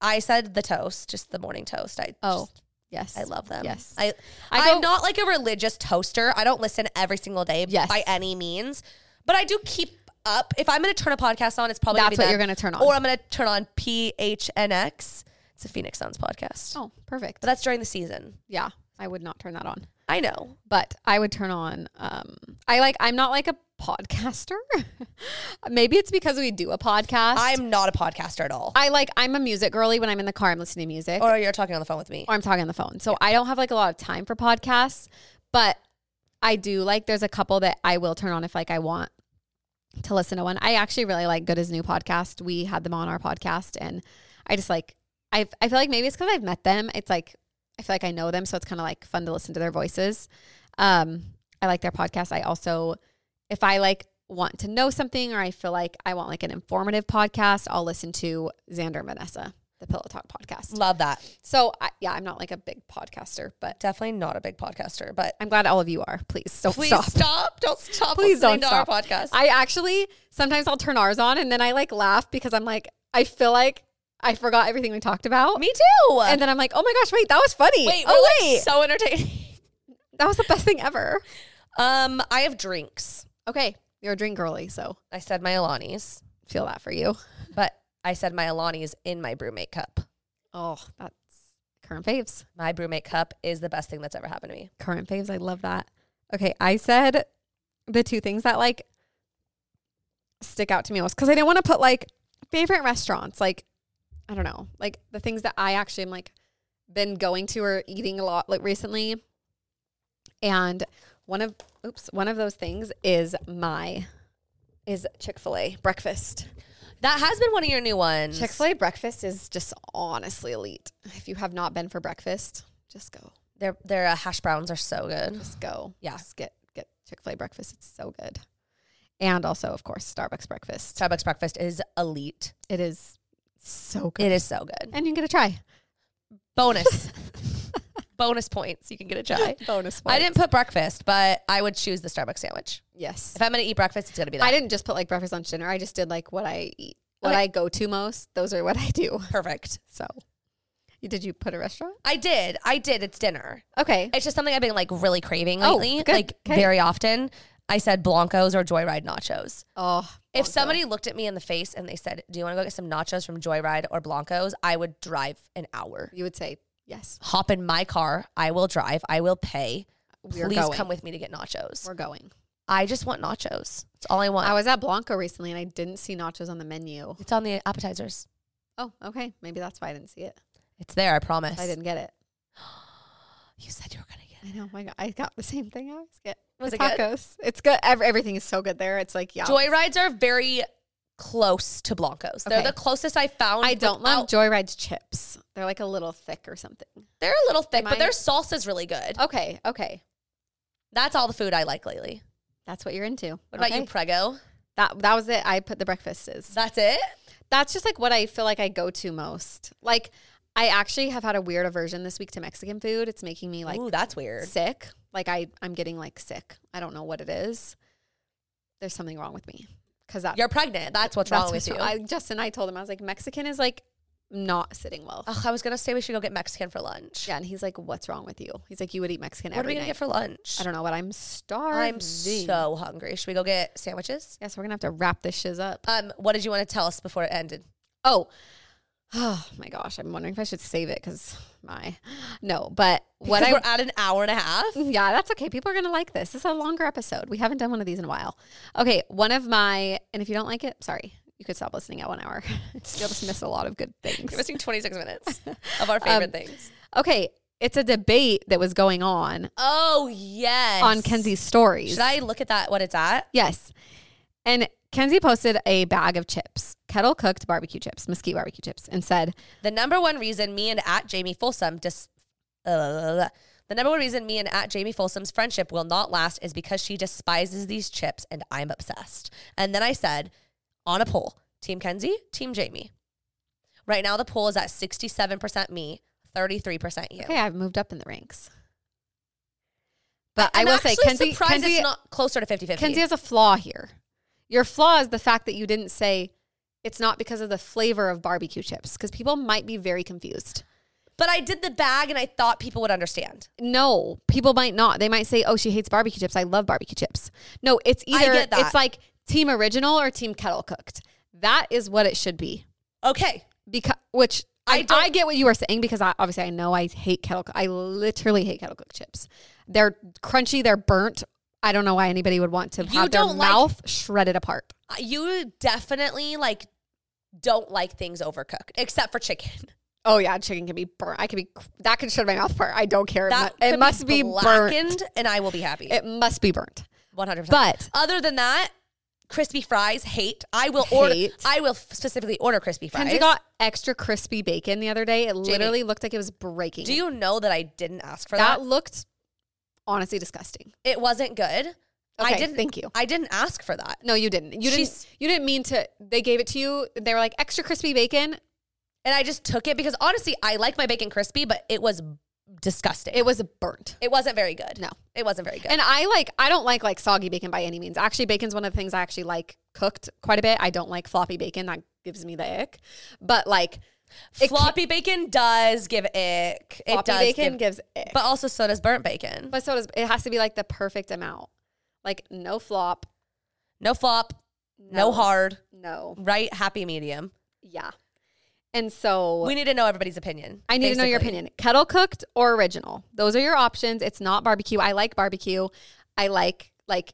I said the toast, just the morning toast. I Oh, just- yes, I love them. Yes, I, I I go- am not like a religious toaster. I don't listen every single day Yes. by any means, but I do keep up. If I'm going to turn a podcast on, it's probably gonna That's be what you're them. gonna turn on. or I'm going to turn on PHNX. It's a Phoenix Suns podcast, oh, perfect. but that's during the season. yeah, I would not turn that on, I know. but I would turn on. Um, I like. I'm not like a podcaster. *laughs* Maybe it's because we do a podcast. I'm not a podcaster at all. I like. I'm a music girly. When I'm in the car, I'm listening to music. or you're talking on the phone with me. or I'm talking on the phone. So I don't have like a lot of time for podcasts, but I do like there's a couple that I will turn on if like I want to listen to one. I actually really like Good as New podcast. We had them on our podcast and I just like I I feel like maybe it's cuz I've met them. It's like I feel like I know them, so it's kind of like fun to listen to their voices. Um I like their podcast. I also if I like want to know something or I feel like I want like an informative podcast, I'll listen to Xander and Vanessa. the Pillow Talk podcast. Love that. So I, yeah, I'm not like a big podcaster, but Definitely not a big podcaster, but I'm glad all of you are. Please don't please stop. stop. Don't stop *laughs* Please listening don't to stop. our podcast. I actually sometimes I'll turn ours on and then I like laugh because I'm like I feel like I forgot everything we talked about. Me too. And then I'm like, oh my gosh, wait, that was funny. wait, we're oh like wait, so entertaining. *laughs* that was the best thing ever. Um, I have drinks. Okay, you're a drink girly, so I said my Alani's, feel that for you. but I said my Alani's in my brewmate cup. Oh, that's current faves. My brewmate cup is the best thing that's ever happened to me. Current faves. I love that. Okay, I said the two things that like stick out to me most because I didn't want to put like favorite restaurants, like I don't know, like the things that I actually am like been going to or eating a lot like recently. And one of oops, one of those things is my is Chick-fil-A breakfast. That has been one of your new ones. Chick fil A breakfast is just honestly elite. If you have not been for breakfast, just go. Their their uh, hash browns are so good. Just go. Yeah. Just get get Chick fil A breakfast. It's so good. And also, of course, Starbucks breakfast. Starbucks breakfast is elite. It is so good. It is so good. And you can get a try. *laughs* Bonus, bonus points. You can get a try. Bonus I didn't put breakfast, but I would choose the Starbucks sandwich. Yes. If I'm gonna eat breakfast, it's gonna be that. I didn't just put like breakfast, lunch, dinner. I just did like what I eat, what Okay. I go to most. Those are what I do. perfect. So, you- did you put a restaurant? I did. I did. It's dinner. Okay. It's just something I've been like really craving Oh, lately, good. like Okay. very often. I said Blancos or Joyride nachos. oh, If Blanco. somebody looked at me in the face and they said, "Do you want to go get some nachos from Joyride or Blancos?" I would drive an hour. you would say yes, Hop in my car. I will drive. I will pay. we're Please going. come with me to get nachos. We're going. I just want nachos. It's all I want. I was at Blanco recently and I didn't see nachos on the menu. it's on the appetizers. Oh, okay. Maybe that's why I didn't see it. It's there. I promise. I didn't get it. You said you were gonna get I know. My God, I got the same thing I always get. Was the it good? tacos. It's good. Ev- everything is so good there. It's like yeah. Joyrides are very close to Blancos. They're Okay. the closest I found. I don't love without- Joyride's chips. They're like a little thick or something. They're a little thick, but Mine- their salsa's really good. Okay, okay. That's all the food I like lately. That's what you're into. What about you, Prego? That that was it. I put the breakfast is. That's it. That's just like what I feel like I go to most. Like I actually have had a weird aversion this week to Mexican food. It's making me like Ooh, that's weird. sick. Like I, I'm getting like sick. I don't know what it is. There's something wrong with me because that You're pregnant. That's what's that's wrong with what's you. wrong. I, Justin, I told him I was like Mexican is like not sitting well. Ugh, I was gonna say we should go get Mexican for lunch. Yeah, and he's like, "What's wrong with you?" He's like, "You would eat Mexican What are every we gonna night." get for lunch? I don't know, but I'm starving. I'm so hungry. Should we go get sandwiches? Yeah, so we're gonna have to wrap this shiz up. Um, what did you want to tell us before it *laughs* ended? Oh, oh my gosh, I'm wondering if I should save it because my no, but what Because I we're at an hour and a *laughs* half. *laughs* Yeah, that's okay. People are going to like this. This is a longer episode. We haven't done one of these in a while. Okay, one of my, and if you don't like it, sorry, you could stop listening at one hour. *laughs* You'll just miss a lot of *laughs* good You're things. missing 26 *laughs* minutes of our favorite Um, things. Okay, it's a debate that was going on Oh yes. on Kenzie's stories. Should I look at that? What it's at? Yes. And Kenzie posted a bag of chips, kettle cooked barbecue chips, mesquite barbecue chips, and said, The number one reason me and at Jamie Folsom dis- uh, the number one reason me and at Jamie Folsom's friendship will not last is because she despises these chips and I'm obsessed. And then I said, on a poll, Team Kenzie, Team Jamie. Right now the poll is at 67% me, 33% you. okay, I've moved up in the ranks. But i I'm will say, actually Kenzie, surprised Kenzie, it's not closer to 50-50. Kenzie has a flaw here. Your flaw is the fact that you didn't say it's not because of the flavor of barbecue chips, because people might be very confused. but I did the bag and I thought people would understand. No, people might not. They might say, "Oh, she hates barbecue chips. I love barbecue chips." No, it's I either get that. it's like team original or team kettle cooked. That is what it should be. Okay. Because which I I, don't- I get what you were saying because I obviously I know I hate kettle. cook- I literally hate kettle cooked chips. They're crunchy. They're burnt. I don't know why anybody would want to You have their don't like- mouth shredded apart. You definitely like don't like things overcooked except for chicken. Oh yeah, chicken can be burnt. I could be that could shut my mouth apart. I don't care. It That mu- it could must be, burnt. blackened, and I will be happy. It must be burnt. One hundred percent. But Other than that, crispy fries hate. I will order. Hate. I will specifically order crispy fries. Kenzie got extra crispy bacon the other day. It literally looked like it was breaking. Do you know that I didn't ask for that that? looked honestly disgusting. It wasn't good. I Okay, didn't. thank you. I didn't ask for that. No, you didn't. You She's- didn't. You didn't mean to. They gave it to you. They were like extra crispy bacon. And I just took it because honestly, I like my bacon crispy, but it was disgusting. It was burnt. It wasn't very good. No. It wasn't very good. And I like I don't like like soggy bacon by any means. Actually, bacon's one of the things I actually like cooked quite a bit. I don't like floppy bacon. That gives me the ick. But like it floppy bacon does give ick. ca- It floppy does bacon give, gives ick. but also so does burnt bacon. but so does it has to be like the perfect amount. Like no flop, no flop, no, No. hard, no. right? Happy medium. Yeah. And so We need to know everybody's opinion. I need to know your basically. opinion. Kettle cooked or original? Those are your options. It's not barbecue. I like barbecue. I like like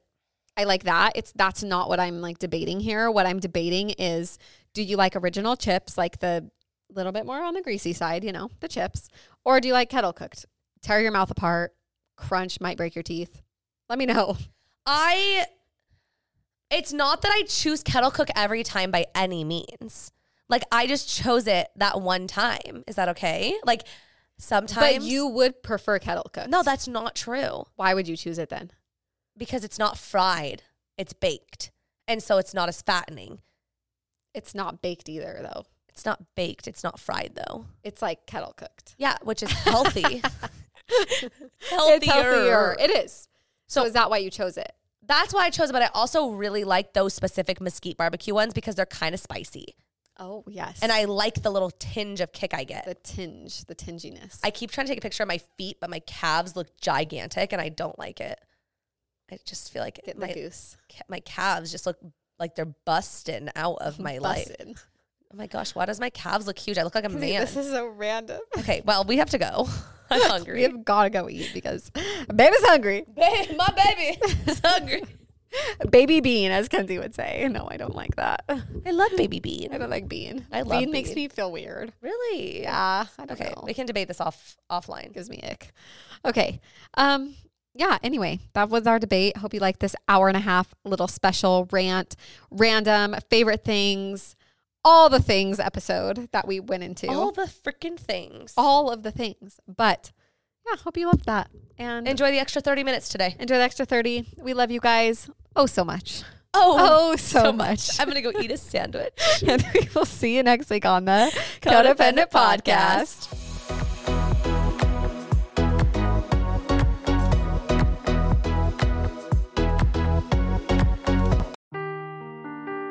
I like that. It's that's not what I'm like debating here. What I'm debating is do you like original chips like the little bit more on the greasy side, you know, the chips, or do you like kettle cooked? Tear your mouth apart, crunch might break your teeth. Let me know. *laughs* I it's not that I choose kettle cook every time by any means. Like I just chose it that one time. Is that okay? Like sometimes But you would prefer kettle cooked. No, that's not true why would you choose it then? because it's not fried. It's baked. And so it's not as fattening. It's not baked either though. It's not baked, it's not fried though. It's like kettle cooked. Yeah, which is *laughs* healthy. It's healthier. healthier. It is. So, So- is that why you chose it? That's why I chose it, but I also really like those specific mesquite barbecue ones because they're kind of spicy. Oh yes. And I like the little tinge of kick I get. the tinge, the tinginess. I keep trying to take a picture of my feet, but my calves look gigantic and I don't like it. I just feel like get the my, goose. ca- my calves just look like they're busting out of my life. *laughs* Bussin'. Oh my gosh, why does my calves look huge? I look like a man. This is so random. okay, well, we have to go. *laughs* I'm *laughs* We hungry. have gotta go eat because baby's hungry. Babe, my baby is hungry. *laughs* Baby bean, as Kenzie would say. No, I don't like that. I I love baby bean. don't like bean. I love bean. Makes bean. me feel weird. Really? Yeah, I don't Okay, know. we can debate this off offline. gives me ick. Okay. Um yeah, anyway, that was our debate. Hope you liked this hour and a half little special rant, random favorite things, all the things episode that we went into. All the freaking things. All of the things. But yeah, hope you loved that. And enjoy, Enjoy the extra 30 minutes today. enjoy the extra 30. We love you guys oh so much. Oh, *laughs* Oh, so, much. *laughs* I'm going to go eat a sandwich. and we will see you next week on the Codependent Codependent Podcast. Podcast.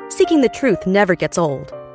Seeking the truth never gets old.